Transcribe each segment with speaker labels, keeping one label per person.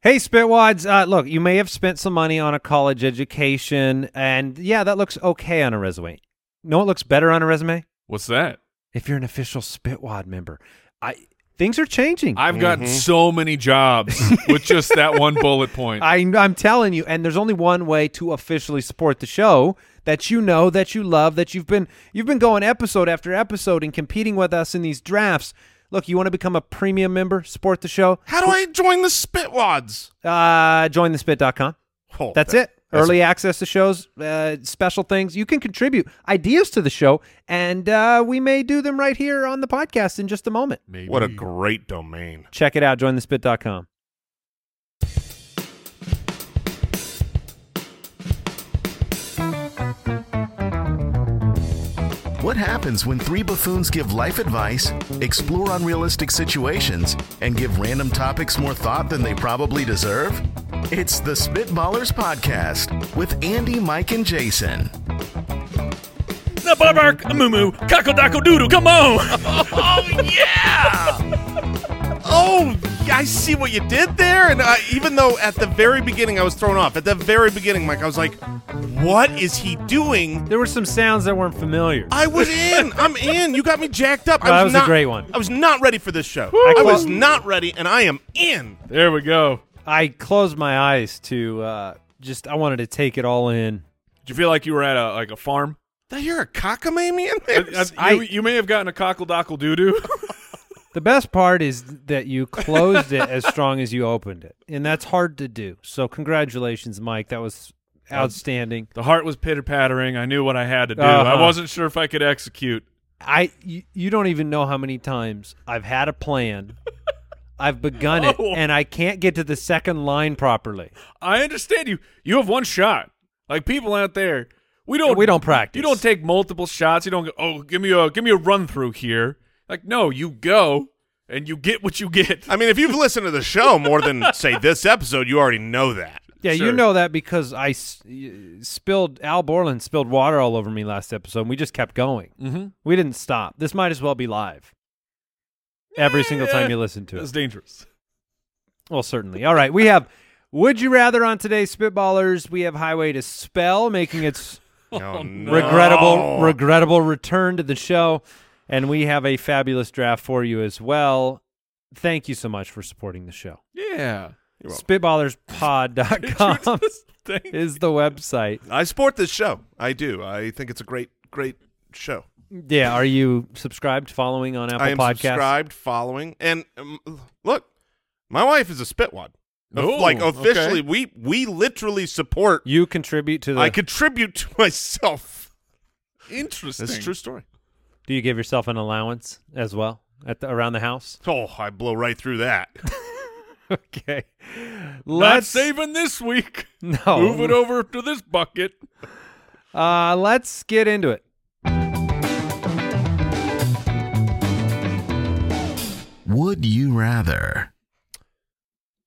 Speaker 1: Hey, Spitwads. Uh, look, you may have spent some money on a college education, and yeah, that looks okay on a resume. No, it looks better on a resume
Speaker 2: What's that?
Speaker 1: if you're an official Spitwad member. I things are changing.
Speaker 2: I've gotten so many jobs with just that one bullet point.
Speaker 1: I, I'm telling you, and there's only one way to officially support the show that you know, that you love, that you've been you've been going episode after episode and competing with us in these drafts. Look, you want to become a premium member, support the show,
Speaker 3: How do I join the Spitwads?
Speaker 1: uh, jointhespit.com.
Speaker 3: Oh,
Speaker 1: That's
Speaker 3: that-
Speaker 1: it. Early access to shows, uh, special things. You can contribute ideas to the show, and uh, we may do them right here on the podcast in just a moment.
Speaker 2: Maybe.
Speaker 3: What a great domain.
Speaker 1: Check it out, jointhespit.com.
Speaker 4: What happens when three buffoons give life advice, explore unrealistic situations, and give random topics more thought than they probably deserve? It's the Spitballers Podcast with Andy, Mike, and Jason.
Speaker 3: Oh, I see what you did there. And I, even though at the very beginning I was thrown off, at the very beginning, Mike, I was like, what is he doing?
Speaker 1: There were some sounds that weren't familiar.
Speaker 3: I was in. I'm in. You got me jacked up.
Speaker 1: Well,
Speaker 3: I
Speaker 1: that
Speaker 3: was
Speaker 1: was a
Speaker 3: not-
Speaker 1: great one.
Speaker 3: I was not ready for this show.
Speaker 1: I
Speaker 3: I was
Speaker 1: clo-
Speaker 3: not ready, and I am in.
Speaker 2: There we go.
Speaker 1: I closed my eyes to uh, just I wanted to take it all in.
Speaker 2: Did you feel like you were at a like a farm?
Speaker 3: Did I hear a cockamamie in
Speaker 2: I-
Speaker 3: there?
Speaker 2: I- you, you may have gotten a cockle dockle doo doo.
Speaker 1: The best part is that you closed it as strong as you opened it, and that's hard to do. So congratulations, Mike. That was outstanding.
Speaker 2: the heart was pitter pattering. I knew what I had to do.
Speaker 1: Uh-huh.
Speaker 2: I wasn't sure if I could execute.
Speaker 1: I you, you don't even know how many times I've had a plan. I've begun it
Speaker 2: Oh.
Speaker 1: and I can't get to the second line properly.
Speaker 2: I understand you. You have one shot. Like people out there, we don't
Speaker 1: We don't practice.
Speaker 2: You don't take multiple shots. You don't go, "Oh, give me a give me a run through here." Like no, you go and you get what you get.
Speaker 3: I mean, if you've listened to the show more than, say, this episode, you already know that.
Speaker 1: Yeah, you
Speaker 2: Sure.
Speaker 1: know that because I s- y- spilled Al Borland spilled water all over me last episode. And we just kept going.
Speaker 2: Mhm.
Speaker 1: We didn't stop. This might as well be live. Every single time you listen to
Speaker 2: That's
Speaker 1: it.
Speaker 2: dangerous.
Speaker 1: Well, certainly. All right, we have would you rather on today's spitballers. We have Highway to Spell making its
Speaker 3: Oh, no. Oh.
Speaker 1: regrettable regrettable return to the show and we have a fabulous draft for you as well thank you so much for supporting the show
Speaker 2: Yeah.
Speaker 1: spitballerspod.com
Speaker 2: This thing.
Speaker 1: is the website
Speaker 3: I support this show. I do. I think it's a great, great show.
Speaker 1: yeah are you subscribed following on apple
Speaker 3: I am
Speaker 1: podcasts
Speaker 3: subscribed, following, and um, look, my wife is a spitwad. Of-
Speaker 2: Ooh,
Speaker 3: like
Speaker 2: okay.
Speaker 3: officially, we we literally support.
Speaker 1: you contribute to the
Speaker 3: I contribute to myself.
Speaker 2: Interesting.
Speaker 3: That's a true story.
Speaker 1: do you give yourself an allowance as well at the, around the house
Speaker 3: Oh, I blow right through that.
Speaker 1: okay
Speaker 2: Not
Speaker 1: let's
Speaker 2: saving this week.
Speaker 1: no
Speaker 2: Move it over to this bucket.
Speaker 1: Uh, let's get into it
Speaker 4: Would you rather?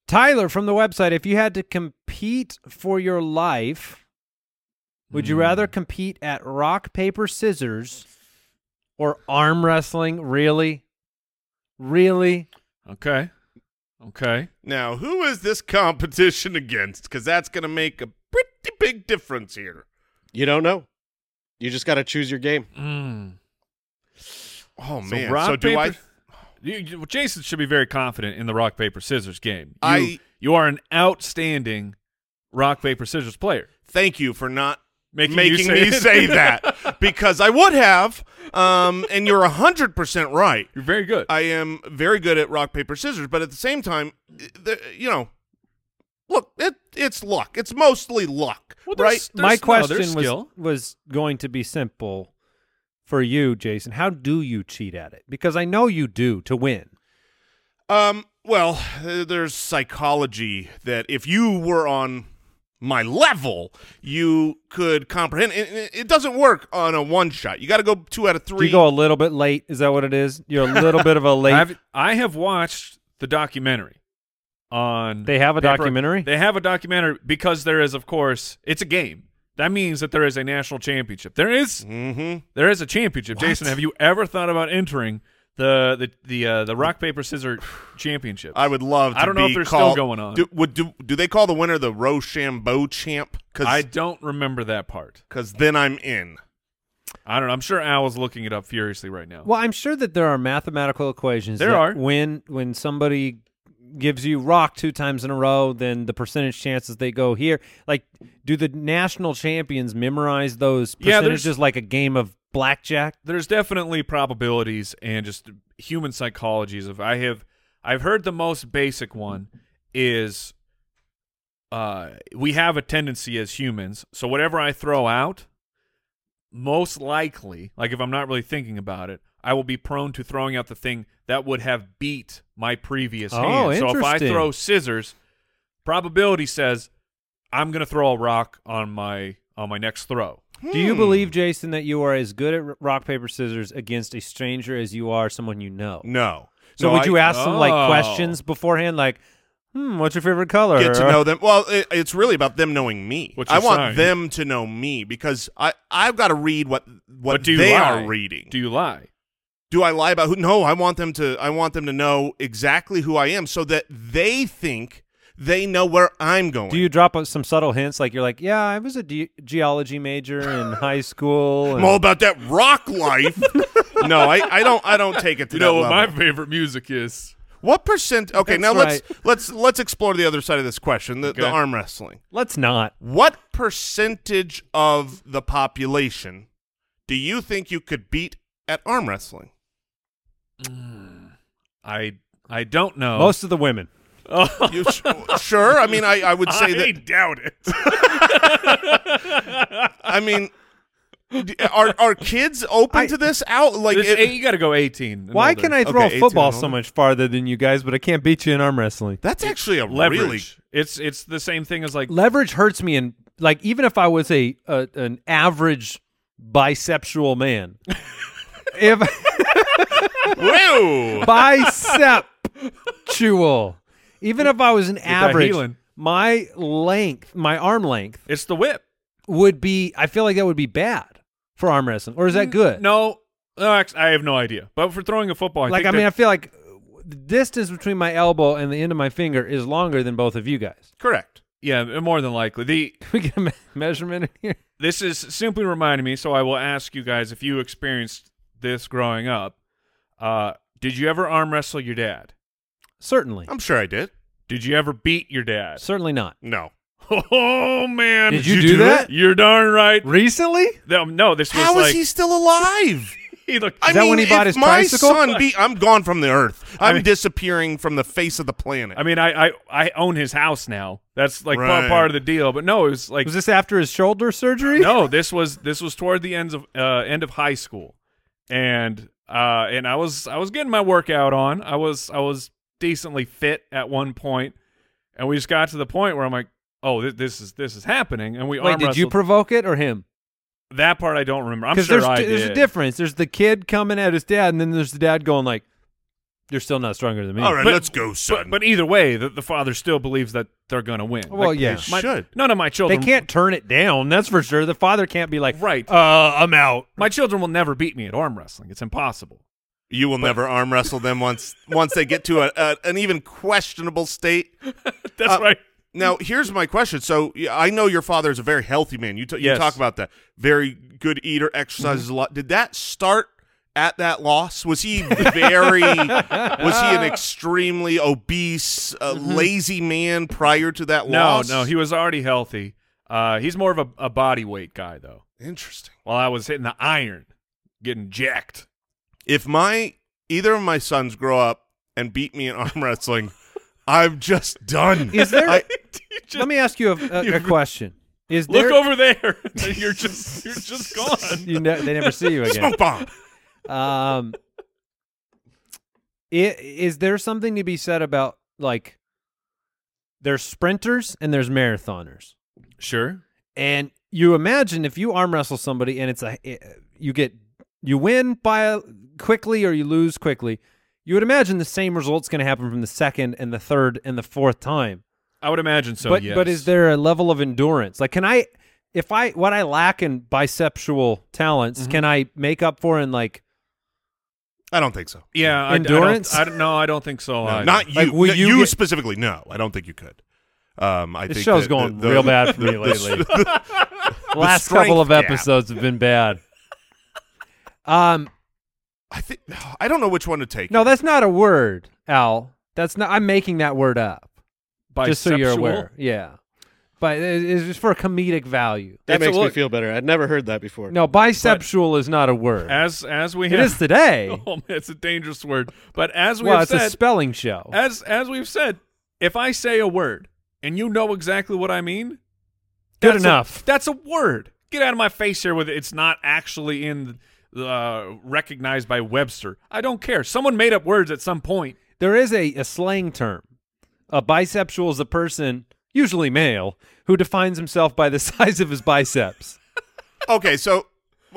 Speaker 1: Tyler from the website, if you had to compete for your life, would you rather
Speaker 2: Hmm.
Speaker 1: compete at rock, paper, scissors or arm wrestling? Really? Really?
Speaker 2: Okay. Okay.
Speaker 3: now, who is this competition against? Because that's going to make a pretty big difference here.
Speaker 5: You don't know. You just got to choose your game.
Speaker 2: Mm. So
Speaker 3: Oh man.
Speaker 2: rock,
Speaker 3: so do I?
Speaker 2: paper- You, you- well, Jason should be very confident in the rock paper scissors game. You,
Speaker 3: I-
Speaker 2: you are an outstanding rock paper scissors player.
Speaker 3: Thank you for not
Speaker 2: Making
Speaker 3: making,
Speaker 2: you say
Speaker 3: me
Speaker 2: it.
Speaker 3: say that because I would have. Um, and you're hundred percent right.
Speaker 2: You're very good.
Speaker 3: I am very good at rock paper scissors, but at the same time, i- the, you know, look, it, it's luck. It's mostly luck,
Speaker 2: Well, there's-
Speaker 1: My
Speaker 3: right?
Speaker 2: no, there's
Speaker 1: question was,
Speaker 2: skill.
Speaker 1: was going to be simple for you, Jason. How do you cheat at it? Because I know you do to win.
Speaker 3: Um, well, th- there's psychology that if you were on my level, you could comprehend. It, it- it doesn't work on a one shot. You got to go two out of
Speaker 1: Do
Speaker 3: three.
Speaker 1: you go a little bit late? Is that what it is? You're a little bit of a late.
Speaker 2: I've, I have watched the documentary on.
Speaker 1: They have a
Speaker 2: Pepper-
Speaker 1: documentary?
Speaker 2: They have a documentary because there is, of course, it's a game. That means that there is a national championship. There is
Speaker 3: hmm
Speaker 2: there is a championship. Jason, have you ever thought about entering the the the uh, the rock paper scissors championship?
Speaker 3: I would love. To
Speaker 2: I don't know if
Speaker 3: be
Speaker 2: they're still
Speaker 3: called-
Speaker 2: going on.
Speaker 3: Do, would do do they call the winner the Rochambeau champ?
Speaker 2: I
Speaker 3: Because
Speaker 2: don't remember that part.
Speaker 3: then I'm in.
Speaker 2: I don't know. I'm sure Al's looking it up furiously right now.
Speaker 1: well, I'm sure that there are mathematical equations.
Speaker 2: There
Speaker 1: that
Speaker 2: are.
Speaker 1: When when somebody gives you rock two times in a row, then the percentage chances they go here. Like, do the national champions memorize those
Speaker 2: Yeah, there's-
Speaker 1: percentages like a game of blackjack?
Speaker 2: there's definitely probabilities and just human psychologies of I have I've heard the most basic one is uh we have a tendency as humans so whatever I throw out most likely like if I'm not really thinking about it I will be prone to throwing out the thing that would have beat my previous
Speaker 1: Oh,
Speaker 2: hand so if I
Speaker 1: interesting.
Speaker 2: throw scissors probability says I'm going to throw a rock on my on my next throw
Speaker 3: Hmm.
Speaker 1: Do you believe, Jason, that you are as good at r- rock paper scissors against a stranger as you are someone you know?
Speaker 3: No.
Speaker 1: So
Speaker 3: No,
Speaker 1: would
Speaker 3: I-
Speaker 1: you ask them like
Speaker 2: Oh.
Speaker 1: questions beforehand, like, "Hmm, what's your favorite color?"
Speaker 3: get to
Speaker 1: Or-
Speaker 3: know them. Well, it, it's really about them knowing me.
Speaker 2: What's
Speaker 3: I
Speaker 2: your
Speaker 3: want
Speaker 2: sign?
Speaker 3: them to know me because I I've got to read what what
Speaker 2: But do you
Speaker 3: they
Speaker 2: lie?
Speaker 3: are reading.
Speaker 2: do you lie
Speaker 3: Do I lie about who? No, I want them to. I want them to know exactly who I am, so that they think they know where I'm going.
Speaker 1: Do you drop uh, some subtle hints, like you're like, "Yeah, I was a ge- geology major in high school."
Speaker 3: I'm
Speaker 1: and-
Speaker 3: all about that rock life. no, I, I don't. I don't take it to
Speaker 2: you
Speaker 3: that
Speaker 2: know what my
Speaker 3: level.
Speaker 2: favorite music is
Speaker 3: what percent? Okay,
Speaker 1: That's
Speaker 3: now
Speaker 1: right.
Speaker 3: let's let's let's explore the other side of this question: the, the
Speaker 2: Okay.
Speaker 3: arm wrestling.
Speaker 1: Let's not.
Speaker 3: What percentage of the population do you think you could beat at arm wrestling?
Speaker 2: I I don't know.
Speaker 1: Most of the women.
Speaker 3: You sh- sure? I mean, I, I would say
Speaker 2: I
Speaker 3: that.
Speaker 2: doubt it.
Speaker 3: I mean, d- are are kids open
Speaker 1: I-
Speaker 3: to this out? Like,
Speaker 2: This
Speaker 3: it-
Speaker 2: eight- you got to go eighteen. and
Speaker 1: Why
Speaker 2: older.
Speaker 1: can I throw
Speaker 3: Okay,
Speaker 1: a football
Speaker 3: 18 and
Speaker 1: so
Speaker 3: older.
Speaker 1: much farther than you guys, but I can't beat you in arm wrestling?
Speaker 3: that's actually a
Speaker 2: leverage?
Speaker 3: really
Speaker 2: It's it's the same thing as like
Speaker 1: Leverage hurts me, and like even if I was a, a an average bisexual man, if.
Speaker 3: whoa.
Speaker 1: biceptual. Even if I was an
Speaker 2: healing.
Speaker 1: average, my length, my arm length
Speaker 2: it's the whip.
Speaker 1: would be. I feel like that would be bad for arm wrestling, or is that good?
Speaker 2: No, no, actually, I have no idea. But for throwing a football, I
Speaker 1: like
Speaker 2: think
Speaker 1: I mean, I
Speaker 2: that-
Speaker 1: feel like the distance between my elbow and the end of my finger is longer than both of you guys.
Speaker 3: Correct.
Speaker 2: yeah, more than likely the
Speaker 1: Can we get a me- measurement in here?
Speaker 2: this is simply reminding me. So I will ask you guys if you experienced this growing up. Uh, did you ever arm wrestle your dad?
Speaker 1: Certainly,
Speaker 3: I'm sure I did.
Speaker 2: Did you ever beat your dad?
Speaker 1: certainly not.
Speaker 3: No.
Speaker 2: Oh man!
Speaker 1: Did you do that?
Speaker 2: You're darn right.
Speaker 1: Recently,
Speaker 2: No, no, this was
Speaker 3: How is
Speaker 2: like
Speaker 3: he still alive?
Speaker 2: he looked.
Speaker 3: I
Speaker 1: that
Speaker 3: mean,
Speaker 1: when he bought
Speaker 3: if
Speaker 1: his
Speaker 3: my
Speaker 1: tricycle?
Speaker 3: son be, I'm gone from the earth. I'm
Speaker 2: mean-
Speaker 3: disappearing from the face of the planet.
Speaker 2: I mean, I I, I own his house now. That's like pa-
Speaker 3: Right.
Speaker 2: part of the deal. But no, it was like
Speaker 1: was this after his shoulder surgery?
Speaker 2: no. This was this was toward the ends of uh, end of high school, and uh, and I was I was getting my workout on. I was I was decently fit at one point, and we just got to the point where I'm like, oh, thi- this is this is happening, and we
Speaker 1: Wait,
Speaker 2: arm
Speaker 1: did you
Speaker 2: wrestled.
Speaker 1: provoke it or him?
Speaker 2: that part I don't remember. I'm sure
Speaker 1: there's
Speaker 2: I
Speaker 1: t-
Speaker 2: did.
Speaker 1: there's a difference. There's the kid coming at his dad, and then there's the dad going like, "You're still not stronger than me."
Speaker 3: All right,
Speaker 2: But-
Speaker 3: let's go, son.
Speaker 2: But, but either way, the, the father still believes that they're gonna win.
Speaker 1: Well,
Speaker 2: Like,
Speaker 1: yeah,
Speaker 3: They
Speaker 2: my-
Speaker 3: should.
Speaker 2: none of my
Speaker 1: they
Speaker 2: children
Speaker 1: can't turn it down. That's for sure. The father can't be like,
Speaker 2: Right.
Speaker 1: uh, I'm out."
Speaker 2: My children will never beat me at arm wrestling. It's impossible.
Speaker 3: You will never arm wrestle them once once they get to a, a, an even questionable state.
Speaker 2: That's
Speaker 3: Uh,
Speaker 2: right.
Speaker 3: Now, here's my question. So, yeah, I know your father is a very healthy man. You, t- you
Speaker 2: Yes.
Speaker 3: talk about that. Very good eater, exercises a lot. Did that start at that loss? Was he very, was he an extremely obese, uh, lazy man prior to that
Speaker 2: Mm-hmm. No,
Speaker 3: loss?
Speaker 2: no, he was already healthy. Uh, he's more of a, a body weight guy though.
Speaker 3: Interesting.
Speaker 2: While I was hitting the iron, getting jacked.
Speaker 3: If my, either of my sons grow up and beat me in arm wrestling, I'm just done.
Speaker 1: Is there?
Speaker 3: I-
Speaker 2: You just-
Speaker 1: let me ask you a, a, a question. Is there?
Speaker 2: look over there. you're just you're just gone.
Speaker 1: You ne- they never see you again.
Speaker 3: smoke bomb.
Speaker 1: Um, Is there something to be said about like there's sprinters and there's marathoners?
Speaker 2: Sure.
Speaker 1: And you imagine if you arm wrestle somebody and it's a you get you win by a, quickly or you lose quickly, you would imagine the same result's going to happen from the second and the third and the fourth time.
Speaker 2: I would imagine so.
Speaker 1: but
Speaker 2: yes.
Speaker 1: but is there a level of endurance? Like can I if I what I lack in biceptual talents,
Speaker 2: Mm-hmm.
Speaker 1: can I make up for in like
Speaker 3: I don't think so.
Speaker 2: yeah I-
Speaker 1: endurance?
Speaker 2: I, don't, I don't no, I don't think so.
Speaker 3: No,
Speaker 2: either.
Speaker 3: not you.
Speaker 1: Like, will
Speaker 3: No,
Speaker 1: you
Speaker 3: you
Speaker 1: get-
Speaker 3: specifically? No, I don't think you could. Um, I
Speaker 1: This
Speaker 3: think
Speaker 1: show's
Speaker 3: that-
Speaker 1: going
Speaker 3: the- the-
Speaker 1: real bad for me lately. Last couple
Speaker 3: strength
Speaker 1: of
Speaker 3: gap.
Speaker 1: episodes have been bad. Um,
Speaker 3: I think I don't know which one to take.
Speaker 1: no, that's not a word, Al. That's not. I'm making that word up,
Speaker 2: bisexual.
Speaker 1: just so you're aware. Yeah, but it- it's just for comedic value.
Speaker 5: That
Speaker 2: It's a
Speaker 5: makes me
Speaker 2: look.
Speaker 5: feel better. I'd never heard that before.
Speaker 1: No, bisexual is not a word.
Speaker 2: As as we
Speaker 1: it
Speaker 2: have,
Speaker 1: is today.
Speaker 2: Oh, man, it's a dangerous word. But as we
Speaker 1: well,
Speaker 2: have
Speaker 1: it's a
Speaker 2: said,
Speaker 1: spelling show.
Speaker 2: as as we've said, if I say a word and you know exactly what I mean,
Speaker 1: Good
Speaker 2: that's a-
Speaker 1: enough.
Speaker 2: that's a word. Get out of my face here with it. It's not actually in the uh, recognized by Webster. I don't care. Someone made up words at some point.
Speaker 1: there is a, a slang term. A bisexual is a person, usually male, who defines himself by the size of his biceps.
Speaker 3: okay. So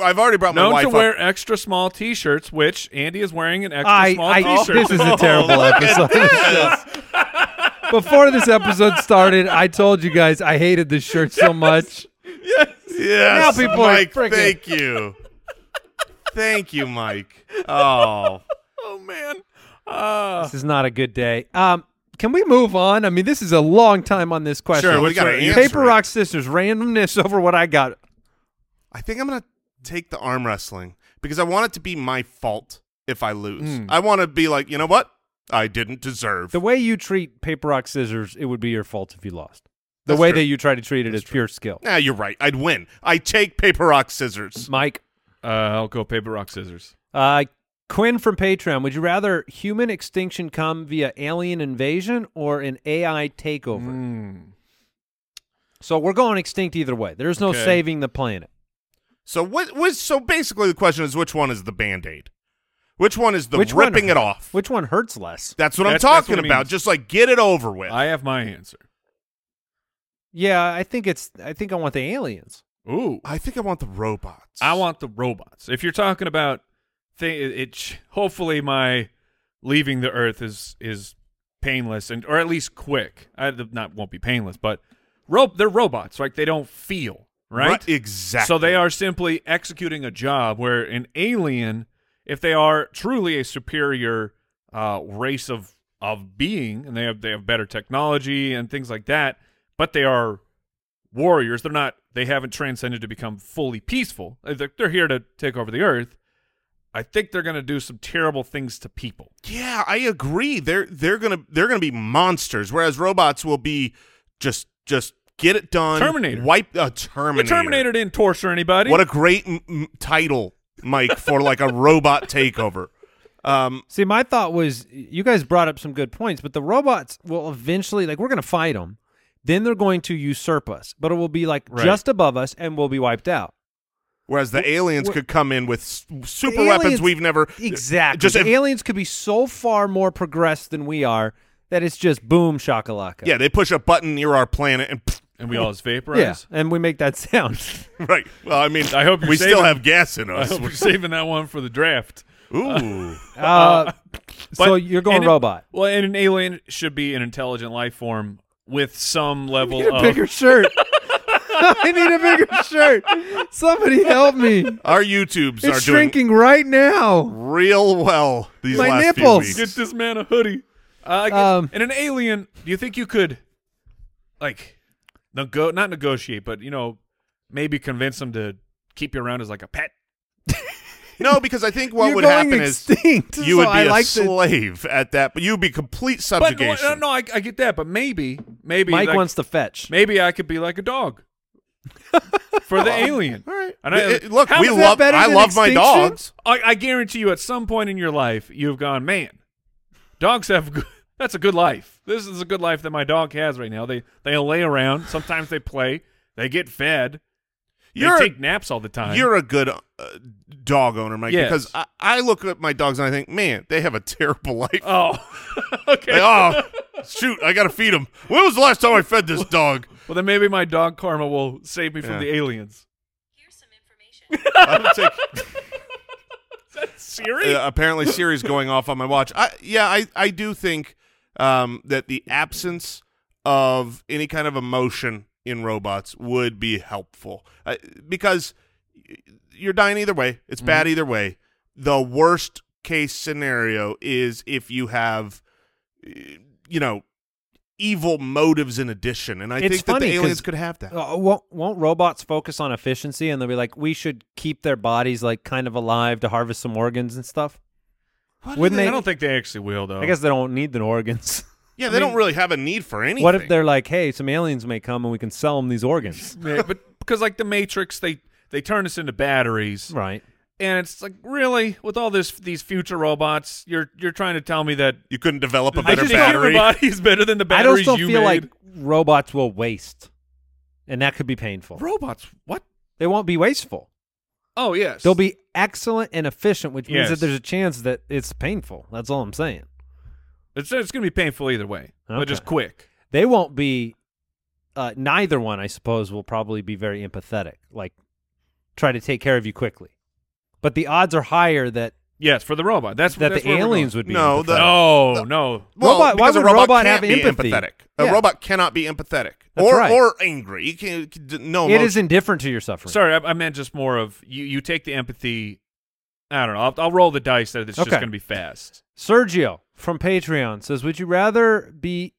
Speaker 3: I've already brought my
Speaker 2: Known
Speaker 3: wife
Speaker 2: to
Speaker 3: up.
Speaker 2: wear extra small T-shirts, which Andy is wearing an extra
Speaker 1: I,
Speaker 2: small Oh,
Speaker 1: I
Speaker 2: T-shirt.
Speaker 1: this is a terrible episode. Yes. Before this episode started, I told you guys I hated this shirt so much.
Speaker 3: yes,
Speaker 1: Now people are
Speaker 3: Mike.
Speaker 1: frickin-
Speaker 3: thank you. thank you, Mike. Oh,
Speaker 2: oh man. Uh,
Speaker 1: This is not a good day. Um, can we move on? I mean, this is a long time on this question.
Speaker 2: Sure,
Speaker 3: we
Speaker 2: which
Speaker 3: gotta
Speaker 2: way?
Speaker 3: answer
Speaker 1: Paper
Speaker 3: it.
Speaker 1: Rock Sisters randomness over what I got.
Speaker 3: I think I'm gonna take the arm wrestling because I want it to be my fault if I lose. I want to be like, you know what? I didn't deserve.
Speaker 1: Hmm. The way you treat paper rock scissors, it would be your fault if you lost. The
Speaker 3: That's
Speaker 1: way
Speaker 3: true.
Speaker 1: that you try to treat it is pure skill.
Speaker 3: Nah, you're right. I'd win. I take paper, rock, scissors.
Speaker 1: Mike,
Speaker 2: uh, I'll go paper rock scissors.
Speaker 1: uh, Quinn from Patreon, would you rather human extinction come via alien invasion or an AI takeover?
Speaker 2: Mm.
Speaker 1: So we're going extinct either way. There's no
Speaker 2: Okay.
Speaker 1: saving the planet.
Speaker 3: So what was so basically the question is which one is the band-aid? Which one is the
Speaker 1: Which one-
Speaker 3: ripping it off?
Speaker 1: Which one hurts less?
Speaker 3: that's what I'm
Speaker 2: That's- that's
Speaker 3: talking
Speaker 2: what it
Speaker 3: about.
Speaker 2: means.
Speaker 3: Just like get it over with.
Speaker 2: I have my answer.
Speaker 1: Yeah, I think it's. I think I want the aliens.
Speaker 2: Ooh.
Speaker 3: I think I want the robots.
Speaker 2: I want the robots. If you're talking about thi- it, it sh- hopefully my leaving the Earth is is painless and or at least quick. I, the- not won't be painless, but ro- they're robots. Like they don't feel right.
Speaker 3: Exactly.
Speaker 2: So they are simply executing a job where an alien, if they are truly a superior uh, race of of being, and they have they have better technology and things like that, but they are warriors. They're not. They haven't transcended to become fully peaceful. Uh, They're, they're here to take over the earth. I think they're going to do some terrible things to people.
Speaker 3: Yeah, I agree. They're they're gonna they're gonna be monsters, whereas robots will be just just get it done.
Speaker 2: Terminator.
Speaker 3: Wipe
Speaker 2: The
Speaker 3: uh, Terminator.
Speaker 2: Terminator didn't torture anybody.
Speaker 3: What a great m- m- title, Mike, for like a robot takeover. Um,
Speaker 1: See, my thought was you guys brought up some good points, but the robots will eventually, like, we're going to fight them. Then they're going to usurp us, but it will be like
Speaker 2: Right.
Speaker 1: just above us and we'll be wiped out.
Speaker 3: Whereas the aliens
Speaker 1: wh-
Speaker 3: could come in with s- super
Speaker 1: The
Speaker 3: weapons
Speaker 1: aliens-
Speaker 3: we've never uh,
Speaker 1: Exactly.
Speaker 3: Just
Speaker 1: the
Speaker 3: if-
Speaker 1: aliens could be so far more progressed than we are that it's just boom shakalaka.
Speaker 3: yeah, they push a button near our planet and pfft,
Speaker 2: and we all just
Speaker 1: Yeah.
Speaker 2: vaporize.
Speaker 1: And we make that sound.
Speaker 3: right. Well, I mean,
Speaker 2: I hope you're
Speaker 3: we still
Speaker 2: saving-
Speaker 3: have gas in
Speaker 2: I
Speaker 3: us.
Speaker 2: hope we're saving that one for the draft.
Speaker 3: Ooh,
Speaker 1: Uh, so
Speaker 2: But-
Speaker 1: you're going
Speaker 2: and it-
Speaker 1: robot.
Speaker 2: well, and an alien should be an intelligent life form with some level
Speaker 1: I need a
Speaker 2: of.
Speaker 1: bigger shirt. I need a bigger shirt. Somebody help me.
Speaker 3: our YouTubes
Speaker 1: It's
Speaker 3: are
Speaker 1: shrinking right now.
Speaker 3: doing real well these
Speaker 1: My
Speaker 3: last
Speaker 1: nipples.
Speaker 3: few
Speaker 2: Get
Speaker 3: weeks.
Speaker 2: this man a hoodie. Uh,
Speaker 1: Um,
Speaker 2: and an alien. Do you think you could, like, nego- not negotiate, but you know, maybe convince them to keep you around as like a pet?
Speaker 3: No, because I think what
Speaker 1: You're
Speaker 3: would
Speaker 1: going
Speaker 3: happen
Speaker 1: extinct,
Speaker 3: is you
Speaker 1: so
Speaker 3: would be
Speaker 1: I
Speaker 3: a
Speaker 1: like the-
Speaker 3: slave at that, but you'd be complete
Speaker 2: But
Speaker 3: subjugation.
Speaker 2: no, no, I, I get that. But maybe, maybe
Speaker 1: Mike
Speaker 2: like,
Speaker 1: wants to fetch.
Speaker 2: Maybe I could be like a dog for the alien. All right. And I,
Speaker 3: It- it- look,
Speaker 2: how
Speaker 3: we
Speaker 2: does
Speaker 3: love.
Speaker 1: better
Speaker 3: I
Speaker 1: than
Speaker 3: love my
Speaker 1: extinction?
Speaker 3: dogs.
Speaker 2: I, I guarantee you, at some point in your life, you've gone, man, dogs have good, that's a good life. This is a good life that my dog has right now. They they lay around. Sometimes they play. They get fed.
Speaker 3: You're-
Speaker 2: they take naps all the time.
Speaker 3: You're a good uh, dog owner, Mike,
Speaker 2: Yes.
Speaker 3: because I, I look at my dogs and I think, man, they have a terrible life.
Speaker 2: oh, okay.
Speaker 3: Like, oh, shoot, I got to feed him. When was the last time I fed this dog?
Speaker 2: Well, then maybe my dog karma will save me from
Speaker 3: Yeah.
Speaker 2: the aliens.
Speaker 6: Here's some information.
Speaker 3: I don't take-
Speaker 2: Siri.
Speaker 3: uh, apparently Siri's going off on my watch. I yeah, I I do think um, that the absence of any kind of emotion in robots would be helpful uh, because y- you're dying either way. It's
Speaker 1: Mm-hmm.
Speaker 3: bad either way. The worst case scenario is if you have y- you know evil motives in addition, and I
Speaker 1: It's
Speaker 3: think that the
Speaker 1: funny 'cause-
Speaker 3: aliens could have that.
Speaker 1: Uh, won't, won't robots focus on efficiency and they'll be like, we should keep their bodies like kind of alive to harvest some organs and stuff? wouldn't they?
Speaker 2: I don't think they actually will though.
Speaker 1: I guess they don't need the organs.
Speaker 3: yeah, they don't really have a need for anything.
Speaker 1: What if they're like, hey, some aliens may come and we can sell them these organs?
Speaker 2: Yeah, but because like the Matrix, they they turn us into batteries,
Speaker 1: right.
Speaker 2: and it's like really with all this these future robots, you're you're trying to tell me that
Speaker 3: you couldn't develop a
Speaker 2: I
Speaker 3: better
Speaker 2: just think
Speaker 3: battery?
Speaker 2: your body is better than the
Speaker 1: I don't
Speaker 2: batteries
Speaker 1: still
Speaker 2: you
Speaker 1: feel
Speaker 2: made.
Speaker 1: like robots will waste, and that could be painful.
Speaker 2: robots. What?
Speaker 1: They won't be wasteful.
Speaker 2: Oh yes,
Speaker 1: They'll be excellent and efficient, which means that
Speaker 2: Yes.
Speaker 1: there's a chance that it's painful. That's all I'm saying.
Speaker 2: It's it's gonna be painful either way, but just
Speaker 1: Okay.
Speaker 2: quick.
Speaker 1: They won't be. Uh, neither one, I suppose, will probably be very empathetic. Like, try to take care of you quickly. But the odds are higher that
Speaker 2: Yes, for the robot. That's
Speaker 1: that
Speaker 2: that's
Speaker 1: the
Speaker 2: where we're
Speaker 1: aliens
Speaker 2: going.
Speaker 1: would be.
Speaker 3: No, the-
Speaker 1: empathetic.
Speaker 2: No, no.
Speaker 3: Well,
Speaker 1: Robot- why
Speaker 3: because
Speaker 1: would
Speaker 3: a robot,
Speaker 1: robot
Speaker 3: can't
Speaker 1: have
Speaker 3: be
Speaker 1: empathy?
Speaker 3: empathetic?
Speaker 1: Yeah.
Speaker 3: A robot cannot be empathetic
Speaker 1: That's
Speaker 3: or
Speaker 1: right.
Speaker 3: or angry. You can't you can- no.
Speaker 1: it
Speaker 3: emotion.
Speaker 1: is indifferent to your suffering.
Speaker 2: Sorry, I, I meant just more of you. You take the empathy. I don't know. I'll, I'll roll the dice that it's
Speaker 1: Okay.
Speaker 2: just gonna be fast.
Speaker 1: Sergio from Patreon says, "Would you rather be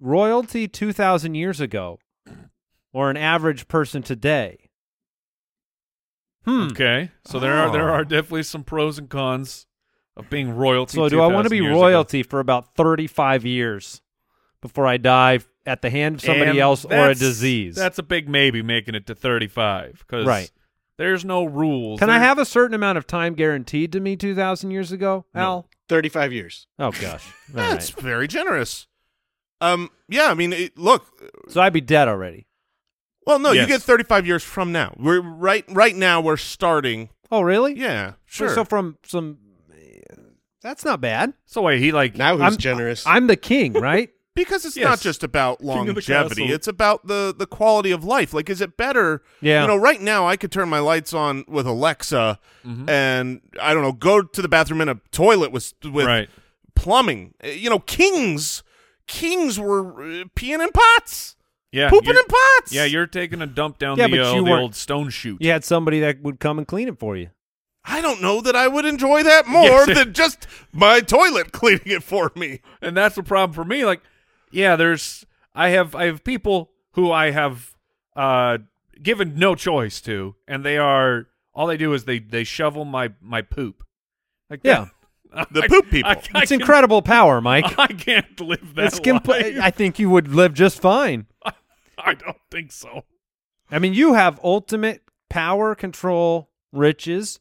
Speaker 1: royalty two thousand years ago, or an average person today?" Hmm.
Speaker 2: Okay, so there are there
Speaker 1: Oh.
Speaker 2: are definitely some pros and cons of being royalty.
Speaker 1: So, do I want to
Speaker 2: 2,000
Speaker 1: be
Speaker 2: years ago.
Speaker 1: royalty for about thirty-five years before I die f- at the hand of somebody
Speaker 2: And
Speaker 1: else or a
Speaker 2: that's-
Speaker 1: disease?
Speaker 2: That's a big maybe making it to 35 because
Speaker 1: Right.
Speaker 2: there's no rules.
Speaker 1: Can I
Speaker 2: There-
Speaker 1: have a certain amount of time guaranteed to me two thousand years ago, Al?
Speaker 5: 35 years.
Speaker 1: Oh gosh. All
Speaker 3: That's
Speaker 1: right.
Speaker 3: very generous. Um. Yeah. I mean, it, look.
Speaker 1: So I'd be dead already.
Speaker 3: Well, no.
Speaker 2: Yes.
Speaker 3: You get thirty five years from now. We're right. Right now, we're starting.
Speaker 1: Oh really?
Speaker 3: Yeah.
Speaker 1: So-
Speaker 3: Sure.
Speaker 1: So from some, that's not bad.
Speaker 2: So wait, he like
Speaker 5: Now who's
Speaker 1: I'm-
Speaker 5: generous?
Speaker 1: I'm the king, right?
Speaker 3: because it's
Speaker 2: Yes.
Speaker 3: not just about
Speaker 2: King of the
Speaker 3: longevity.
Speaker 2: castle.
Speaker 3: It's about the the quality of life. Like, is it better?
Speaker 1: Yeah.
Speaker 3: You know, right now I could turn my lights on with Alexa,
Speaker 1: Mm-hmm.
Speaker 3: and I don't know, go to the bathroom in a toilet with with
Speaker 2: right?
Speaker 3: plumbing. Uh, You know, kings, kings were uh, peeing in pots,
Speaker 2: Yeah,
Speaker 3: pooping
Speaker 2: you're-
Speaker 3: in pots.
Speaker 2: Yeah, you're taking a dump down
Speaker 1: Yeah,
Speaker 2: the,
Speaker 1: but
Speaker 2: uh,
Speaker 1: you
Speaker 2: the
Speaker 1: weren't-
Speaker 2: old stone chute.
Speaker 1: you had somebody that would come and clean it for you.
Speaker 3: I don't know that I would enjoy that more
Speaker 2: Yes, it-
Speaker 3: than just my toilet cleaning it for me.
Speaker 2: and that's the problem for me. Like, yeah, there's I have I have people who I have uh given no choice to, and they are all they do is they they shovel my my poop. Like,
Speaker 1: Yeah.
Speaker 2: that-
Speaker 3: The
Speaker 2: I-
Speaker 3: poop people.
Speaker 2: I, I
Speaker 1: It's
Speaker 2: can-
Speaker 1: incredible power, Mike.
Speaker 2: I can't live that
Speaker 1: It's compl-
Speaker 2: life.
Speaker 1: I think you would live just fine.
Speaker 2: I don't think so.
Speaker 1: I mean, you have ultimate power, control, riches.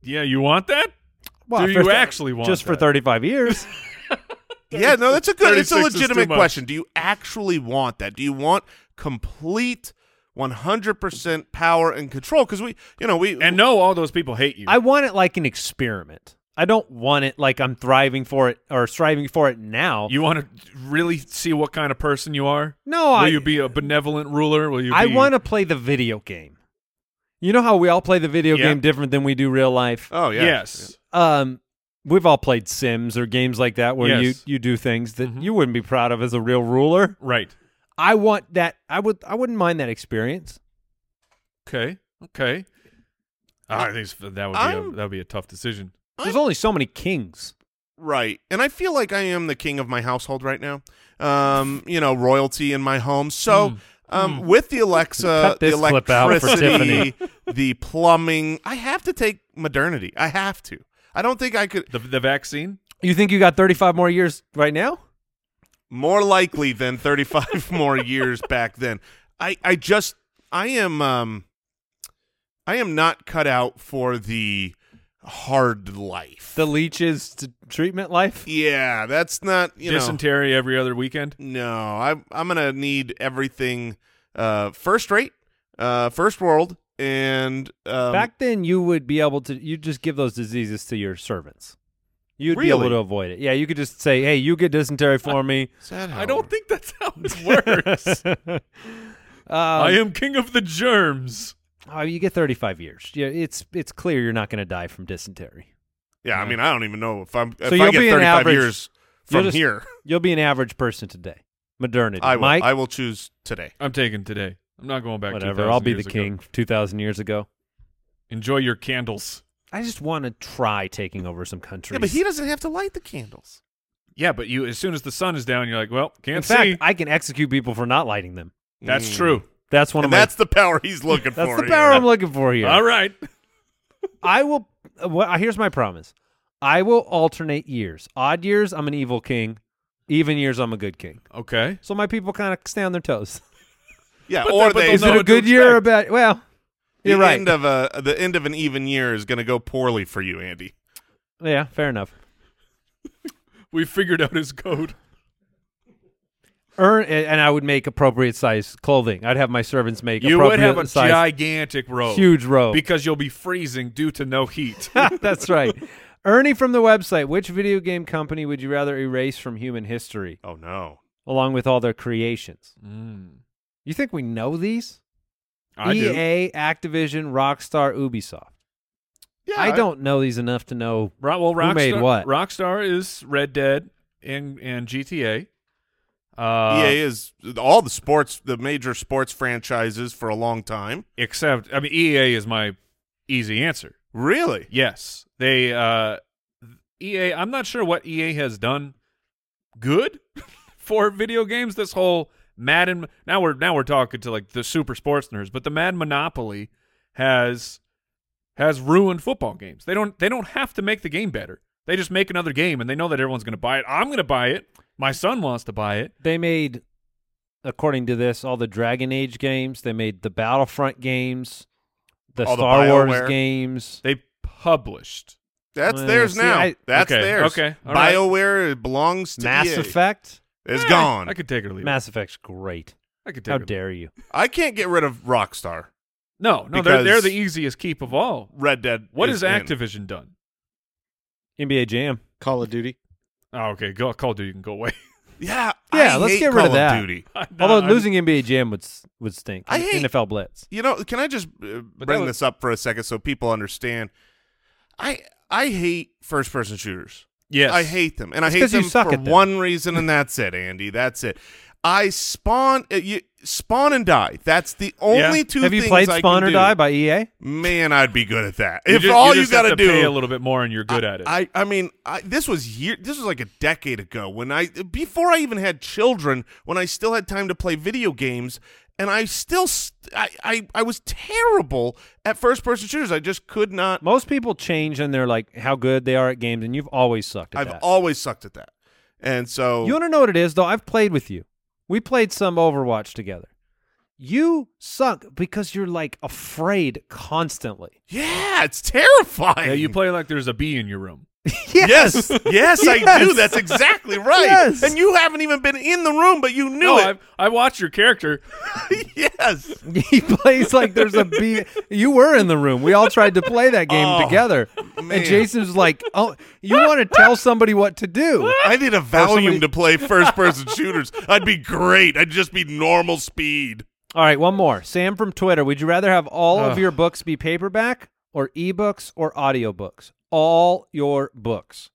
Speaker 2: Yeah, you want that?
Speaker 1: Well,
Speaker 2: Do
Speaker 1: for
Speaker 2: you
Speaker 1: th-
Speaker 2: actually want
Speaker 1: just for
Speaker 2: that?
Speaker 1: thirty-five years?
Speaker 3: Yeah, no, that's a good. It's
Speaker 2: 36 is
Speaker 3: a
Speaker 2: too
Speaker 3: legitimate
Speaker 2: much.
Speaker 3: question. Do you actually want that? Do you want complete, one hundred percent power and control? Because we, you know, we
Speaker 2: And no, all those people hate you.
Speaker 1: I want it like an experiment. I don't want it like I'm thriving for it or striving for it now.
Speaker 2: you want to really see what kind of person you are?
Speaker 1: no,
Speaker 2: Will
Speaker 1: I
Speaker 2: you be a benevolent ruler? Will you?
Speaker 1: I
Speaker 2: be-
Speaker 1: want to play the video game. You know how we all play the video
Speaker 2: Yeah. Uh.
Speaker 1: game different than we do real life.
Speaker 3: Oh yeah.
Speaker 2: Yes.
Speaker 1: um we've all played sims or games like that where
Speaker 2: Yes. Mm-hmm.
Speaker 1: you you do things that you wouldn't be proud of as a real ruler
Speaker 2: Right.
Speaker 1: i want that i would i wouldn't mind that experience
Speaker 2: Okay. Okay. I think it's- that would be a,
Speaker 3: I'm-
Speaker 2: that would be a tough decision.
Speaker 1: there's only so many kings
Speaker 3: Right. And I feel like I am the king of my household right now. Um, you know, royalty in my home. So, um, with the Alexa,
Speaker 1: Cut
Speaker 3: the
Speaker 1: this clip out for
Speaker 3: electricity, the plumbing, I have to take modernity. I have to. I don't think I could
Speaker 2: The the vaccine.
Speaker 1: you think you got 35 more years right now
Speaker 3: more likely than 35 more years back then. I I just I am um I am not cut out for the hard life.
Speaker 1: the leeches to treatment life
Speaker 3: yeah, that's not, you know.
Speaker 2: dysentery every other weekend.
Speaker 3: No, I'm I'm gonna need everything uh, first rate. uh, first world, and um,
Speaker 1: Back then, you would be able to. You just give those diseases to your servants. You'd be able
Speaker 3: Really?
Speaker 1: to avoid it. Yeah, you could just say, "Hey, you get dysentery for me."
Speaker 3: is that how
Speaker 2: I don't think that's how it works.
Speaker 1: um,
Speaker 2: I am king of the germs.
Speaker 1: oh, you get 35 years. Yeah, it's it's clear you're not going to die from dysentery.
Speaker 3: Yeah, I mean, I don't even know if I'm. If
Speaker 1: So
Speaker 3: I
Speaker 1: you'll
Speaker 3: get
Speaker 1: be an
Speaker 3: 35
Speaker 1: average-
Speaker 3: years
Speaker 1: you'll
Speaker 3: from
Speaker 1: just-
Speaker 3: here,
Speaker 1: You'll be an average person today. Modernity.
Speaker 3: I will.
Speaker 1: Mike,
Speaker 3: I will choose today.
Speaker 2: I'm taking today. I'm not going back.
Speaker 1: whatever.
Speaker 2: 2,000
Speaker 1: I'll be the
Speaker 2: years ago.
Speaker 1: king 2,000 years ago.
Speaker 2: Enjoy your candles.
Speaker 1: I just want to try taking over some countries.
Speaker 3: Yeah, but he doesn't have to light the candles.
Speaker 2: Yeah, but you as soon as the sun is down, you're like, well, can't
Speaker 1: In
Speaker 2: see.
Speaker 1: fact, I can execute people for not lighting them.
Speaker 2: that's true.
Speaker 1: That's one
Speaker 3: And
Speaker 1: of
Speaker 3: that's the power he's looking
Speaker 1: my. That's
Speaker 3: for.
Speaker 1: the
Speaker 3: here.
Speaker 1: power I'm looking for here.
Speaker 2: All right.
Speaker 1: I will. uh, Well, here's my promise. I will alternate years. Odd years, I'm an evil king. Even years, I'm a good king.
Speaker 2: Okay.
Speaker 1: So my people kind of stay on their toes.
Speaker 3: Yeah,
Speaker 2: But
Speaker 3: or
Speaker 2: they- but
Speaker 3: they.
Speaker 2: they'll
Speaker 1: Is
Speaker 2: know
Speaker 1: it a
Speaker 2: what to
Speaker 1: good year or a
Speaker 2: expect.
Speaker 1: bad? Well,
Speaker 3: the
Speaker 1: you're right.
Speaker 3: end of a the end of an even year is going to go poorly for you, Andy.
Speaker 1: yeah, fair enough.
Speaker 2: We figured out his code.
Speaker 1: Earn, and I would make appropriate size clothing. I'd have my servants make
Speaker 2: You would
Speaker 1: appropriate
Speaker 2: have a
Speaker 1: size,
Speaker 2: gigantic robe.
Speaker 1: huge robe.
Speaker 2: Because you'll be freezing due to no heat.
Speaker 1: That's right. Ernie from the website. Which video game company would you rather erase from human history,
Speaker 3: Oh no.
Speaker 1: along with all their creations?
Speaker 2: Mm.
Speaker 1: You think we know these?
Speaker 2: I do.
Speaker 1: EA, Activision, Rockstar, Ubisoft.
Speaker 3: Yeah,
Speaker 1: I don't know these enough to know.
Speaker 2: Ro- well, Rockstar,
Speaker 1: Who made what?
Speaker 2: Rockstar is Red Dead and and GTA. Uh,
Speaker 3: EA E is all the sports, the major sports franchises for a long time.
Speaker 2: except I mean EA is my easy answer.
Speaker 3: Really?
Speaker 2: Yes, they uh, EA. I'm not sure what EA has done good for video games. This whole Madden. Now we're now we're talking to like the super sports nerds, but the Mad Monopoly has has ruined football games. They don't they don't have to make the game better. They just make another game, and they know that everyone's going to buy it. I'm going to buy it. My son wants to buy it.
Speaker 1: They made, according to this, all the Dragon Age games. They made the Battlefront games, the
Speaker 3: All the
Speaker 1: Star Wars
Speaker 3: BioWare.
Speaker 1: games.
Speaker 2: They published.
Speaker 3: That's
Speaker 1: Well,
Speaker 3: theirs
Speaker 1: see,
Speaker 3: now.
Speaker 1: I-
Speaker 3: That's
Speaker 2: Okay,
Speaker 3: theirs.
Speaker 2: okay, all right.
Speaker 3: BioWare it belongs to
Speaker 1: Mass
Speaker 3: EA.
Speaker 1: Effect.
Speaker 3: It's
Speaker 2: Eh,
Speaker 3: gone.
Speaker 2: I could take it or leave. it.
Speaker 1: Mass Effect's great.
Speaker 2: I could take
Speaker 1: How
Speaker 2: it. or leave it.
Speaker 1: dare you?
Speaker 3: I can't get rid of Rockstar.
Speaker 2: No, no, they're, they're
Speaker 3: Because-
Speaker 2: the easiest keep of all.
Speaker 3: Red Dead.
Speaker 2: What
Speaker 3: is
Speaker 2: has Activision done?
Speaker 1: NBA Jam.
Speaker 5: Call of Duty.
Speaker 2: Oh, okay. Go, Call of Duty can go away.
Speaker 3: In. Yeah.
Speaker 1: Yeah,
Speaker 3: I
Speaker 1: let's
Speaker 3: hate
Speaker 1: get rid
Speaker 3: Call
Speaker 1: of that.
Speaker 3: Duty.
Speaker 2: No,
Speaker 1: Although
Speaker 2: I'm-
Speaker 1: losing NBA Jam would s- would stink.
Speaker 3: I hate-
Speaker 1: NFL Blitz.
Speaker 3: You know, can I just uh,
Speaker 2: that
Speaker 3: bring
Speaker 2: was-
Speaker 3: this up for a second so people understand? I I hate first person shooters.
Speaker 2: yes,
Speaker 3: I hate them, and
Speaker 1: It's
Speaker 3: I
Speaker 1: 'cause
Speaker 3: hate
Speaker 1: you
Speaker 3: them
Speaker 1: suck
Speaker 3: for
Speaker 1: at them.
Speaker 3: one reason, and that's it, Andy. That's it. I spawn, uh, you, spawn and die. That's the only two.
Speaker 1: Have you
Speaker 3: things
Speaker 1: played
Speaker 3: I
Speaker 1: Spawn
Speaker 3: can
Speaker 1: or
Speaker 3: do.
Speaker 1: Die by E EA?
Speaker 3: Man, I'd be good at that.
Speaker 2: You
Speaker 3: if
Speaker 2: ju-
Speaker 3: all you,
Speaker 2: just
Speaker 3: got
Speaker 2: have to
Speaker 3: do
Speaker 2: pay a little bit more, and you're good
Speaker 3: I-
Speaker 2: at it.
Speaker 3: I, I mean, I, this was year. This was like a decade ago when I, before I even had children, when I still had time to play video games, and I still, st- I, I, I was terrible at first-person shooters. I just could not.
Speaker 1: Most people change and they're like how good they are at games, and you've always sucked at
Speaker 3: I've
Speaker 1: that.
Speaker 3: always sucked at that, and so
Speaker 1: You want to know what it is, though? I've played with you. We played some Overwatch together. You suck because you're like afraid constantly.
Speaker 3: yeah, it's terrifying.
Speaker 2: yeah, you play like there's a bee in your room.
Speaker 3: Yes, yes, I do.
Speaker 1: Yes.
Speaker 3: That's exactly right.
Speaker 1: Yes.
Speaker 3: And you haven't even been in the room, but you knew
Speaker 2: no,
Speaker 3: it.
Speaker 2: I've, I watched your character.
Speaker 3: yes.
Speaker 1: he plays like there's a bee. You were in the room. We all tried to play that game
Speaker 3: Oh,
Speaker 1: together.
Speaker 3: man.
Speaker 1: And Jason's like, "Oh, you want to tell somebody what to do?"
Speaker 3: I need a
Speaker 1: somebody-
Speaker 3: volume to play first person shooters. I'd be great. I'd just be normal speed.
Speaker 1: All right, one more. Sam from Twitter. Would you rather have all of
Speaker 2: Ugh.
Speaker 1: your books be paperback or ebooks or audiobooks? All your books.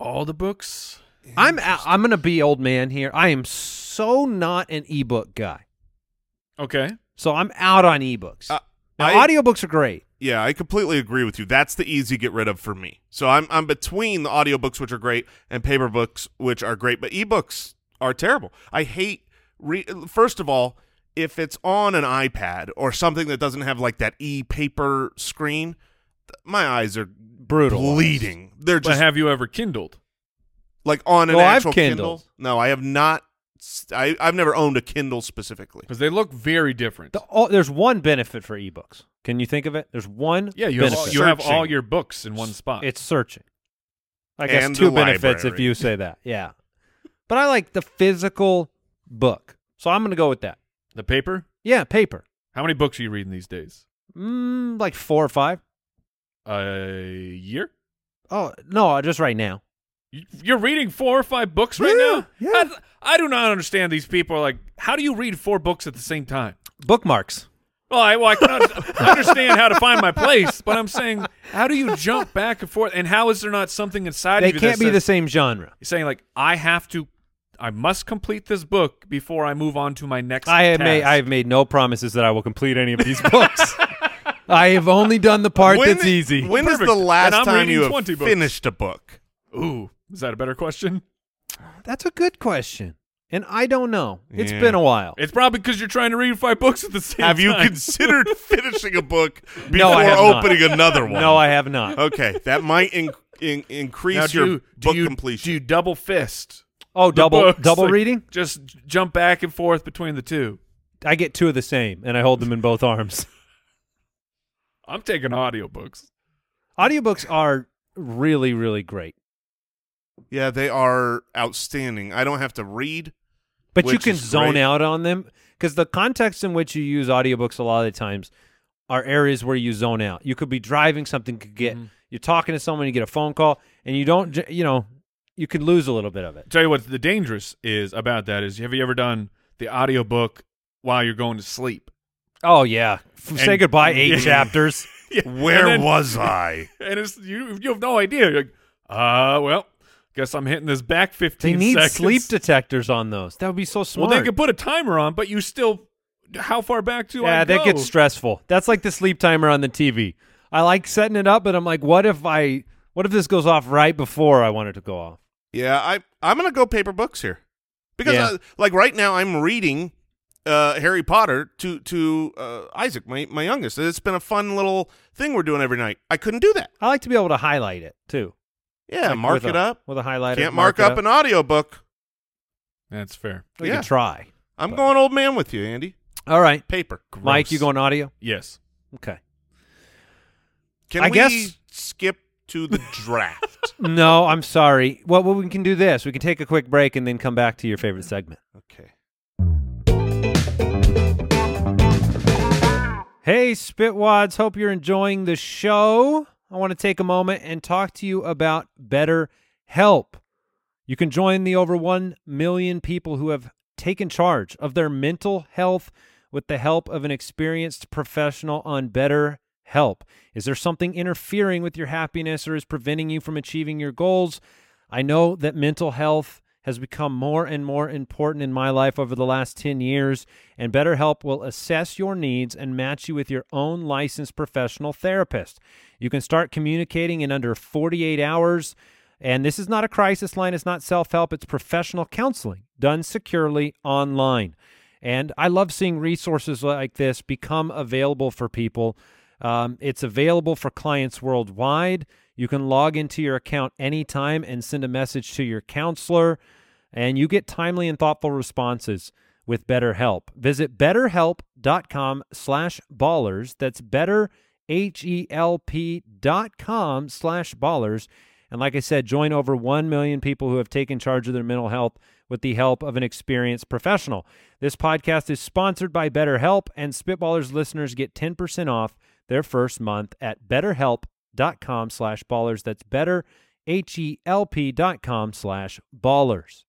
Speaker 2: All the books.
Speaker 1: I'm I'm going to be old man here. I am so not an ebook guy.
Speaker 2: Okay.
Speaker 1: So I'm out on ebooks.
Speaker 3: Uh,
Speaker 1: now,
Speaker 3: I-
Speaker 1: audiobooks are great.
Speaker 3: Yeah, I completely agree with you. That's the easy get rid of for me. So I'm I'm between the audiobooks which are great and paper books which are great, but ebooks are terrible. I hate re- first of all, if it's on an iPad or something that doesn't have like that e-paper screen, th- my eyes are
Speaker 1: Brutal.
Speaker 3: bleeding. They're
Speaker 2: But
Speaker 3: just
Speaker 2: have you ever kindled?
Speaker 3: like on an
Speaker 1: Well, I've
Speaker 3: actual Kindle.
Speaker 1: Kindled.
Speaker 3: No, I have not s- I, have never owned a Kindle specifically.
Speaker 2: Because they look very different.
Speaker 1: The, oh, there's one benefit for ebooks. Can you think of it? There's one
Speaker 2: yeah, you have,
Speaker 1: benefit.
Speaker 2: all, you have
Speaker 3: Searching.
Speaker 2: all your books in one spot.
Speaker 1: it's searching. I guess
Speaker 3: And
Speaker 1: two
Speaker 3: the
Speaker 1: benefits if
Speaker 3: library.
Speaker 1: you say that. Yeah. But I like the physical book. So I'm going to go with that.
Speaker 2: the paper.
Speaker 1: Yeah, paper.
Speaker 2: How many books are you reading these days?
Speaker 1: Mm, like four or five.
Speaker 2: A year?
Speaker 1: Oh no, just right now.
Speaker 2: You- You're reading four or five books right
Speaker 1: Yeah,
Speaker 2: now?
Speaker 1: yeah.
Speaker 2: I, I do not understand these people. Like, how do you read four books at the same time?
Speaker 1: Bookmarks.
Speaker 2: Well, I, well, I can un- understand how to find my place, but I'm saying, how do you jump back and forth? And how is there not something inside
Speaker 1: They
Speaker 2: of you
Speaker 1: can't
Speaker 2: that
Speaker 1: be
Speaker 2: says,
Speaker 1: the same genre.
Speaker 2: You're saying like I have to, I must complete this book before I move on to my next.
Speaker 1: I have
Speaker 2: task.
Speaker 1: made I have made no promises that I will complete any of these books. I have only done the part
Speaker 3: When-
Speaker 1: that's easy.
Speaker 3: When is
Speaker 2: Perfect.
Speaker 3: the last
Speaker 2: And I'm
Speaker 3: time
Speaker 2: reading
Speaker 3: you have
Speaker 2: 20 books.
Speaker 3: finished a book?
Speaker 2: Ooh, is that a better question?
Speaker 1: That's a good question, and I don't know. It's
Speaker 3: Yeah.
Speaker 1: been a while.
Speaker 2: It's probably because you're trying to read five books at the same
Speaker 3: Have you
Speaker 2: time.
Speaker 3: considered finishing a book before
Speaker 1: No, I have not.
Speaker 3: opening another one?
Speaker 1: no, I have not.
Speaker 3: Okay, that might in- in- increase
Speaker 2: now, do
Speaker 3: your
Speaker 2: you, do
Speaker 3: book
Speaker 2: you,
Speaker 3: completion.
Speaker 2: Do you double fist?
Speaker 1: Oh,
Speaker 2: the
Speaker 1: double
Speaker 2: books?
Speaker 1: double
Speaker 2: Like,
Speaker 1: reading.
Speaker 2: Just j- jump back and forth between the two.
Speaker 1: I get two of the same, and I hold them in both arms.
Speaker 2: I'm taking audiobooks.
Speaker 1: Audiobooks are really really great,
Speaker 3: yeah, they are outstanding. I don't have to read.
Speaker 1: but you
Speaker 3: Which
Speaker 1: can
Speaker 3: is
Speaker 1: zone
Speaker 3: great.
Speaker 1: out on them because the context in which you use audiobooks a lot of the times are areas where you zone out. You could be driving, something could get you're talking to someone, you get a phone call, and you don't j- you know you could lose a little bit of it.
Speaker 2: Tell you what, the dangerous is about that is have you ever done the audiobook while you're going to sleep?
Speaker 1: Oh yeah, F- say
Speaker 2: And-
Speaker 1: goodbye eight
Speaker 2: Yeah.
Speaker 1: chapters.
Speaker 3: Where
Speaker 2: And then-
Speaker 3: was I?
Speaker 2: and it's you you have no idea. You're like, uh, well, guess I'm hitting this back 15
Speaker 1: They need
Speaker 2: seconds.
Speaker 1: sleep detectors on those. That would be so
Speaker 2: well,
Speaker 1: smart.
Speaker 2: they could put a timer on, but you still how far back do I
Speaker 1: yeah, that
Speaker 2: go?
Speaker 1: gets stressful. That's like the sleep timer on the TV. I like setting it up, but I'm like, what if I? What if this goes off right before I want it to go off?
Speaker 3: Yeah, I I'm gonna go paper books here because
Speaker 1: Yeah.
Speaker 3: uh, like right now I'm reading uh, Harry Potter to to uh, Isaac, my my youngest. It's been a fun little thing we're doing every night. I couldn't do that.
Speaker 1: I like to be able to highlight it too.
Speaker 3: Yeah,
Speaker 1: Like,
Speaker 3: mark
Speaker 1: with
Speaker 3: it
Speaker 1: a-
Speaker 3: up.
Speaker 1: with a highlighter.
Speaker 3: Can't mark, up an audiobook.
Speaker 2: That's fair.
Speaker 1: We
Speaker 3: yeah.
Speaker 1: can try.
Speaker 3: I'm going old man with you, Andy.
Speaker 1: All right,
Speaker 3: Paper.
Speaker 1: Mike,
Speaker 2: Gross.
Speaker 1: you going audio?
Speaker 2: Yes.
Speaker 1: Okay.
Speaker 3: Can
Speaker 1: I
Speaker 3: we
Speaker 1: guess-
Speaker 3: skip to the draft?
Speaker 1: no, I'm sorry. Well, well, we can do this. We can take a quick break and then come back to your favorite segment.
Speaker 3: okay.
Speaker 1: Hey, Spitwads, hope you're enjoying the show. I want to take a moment and talk to you about Better Help. You can join the over 1 million people who have taken charge of their mental health with the help of an experienced professional on Better Help. Is there something interfering with your happiness or is preventing you from achieving your goals? I know that mental health has become more and more important in my life over the last 10 years, and BetterHelp will assess your needs and match you with your own licensed professional therapist. You can start communicating in under 48 hours. And this is not a crisis line, it's not self help, it's professional counseling done securely online. And I love seeing resources like this become available for people. Um, it's available for clients worldwide. You can log into your account anytime and send a message to your counselor, and you get timely and thoughtful responses with BetterHelp. Visit betterhelp.com slash ballers. That's better, H-E-L-P dot com slash ballers. And like I said, join over 1 million people who have taken charge of their mental health with the help of an experienced professional. This podcast is sponsored by BetterHelp, and Spitballers listeners get 10% off their first month at betterhelp.com slash ballers. That's better, H-E-L-P dot com slash ballers.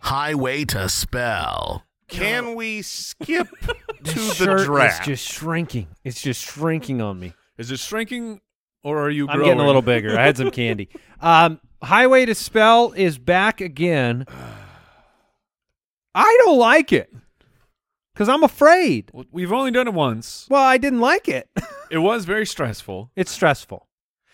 Speaker 4: Highway to Spell.
Speaker 3: Can we skip to
Speaker 1: This
Speaker 3: the
Speaker 1: shirt is
Speaker 3: draft?
Speaker 1: just shrinking. It's just shrinking on me.
Speaker 2: Is it shrinking or are you
Speaker 1: I'm
Speaker 2: growing?
Speaker 1: getting a little bigger. I had some candy. Um, Highway to Spell is back again. I don't like it because I'm afraid.
Speaker 2: Well, We've only done it once.
Speaker 1: Well, I didn't like it.
Speaker 2: It was very stressful.
Speaker 1: it's stressful.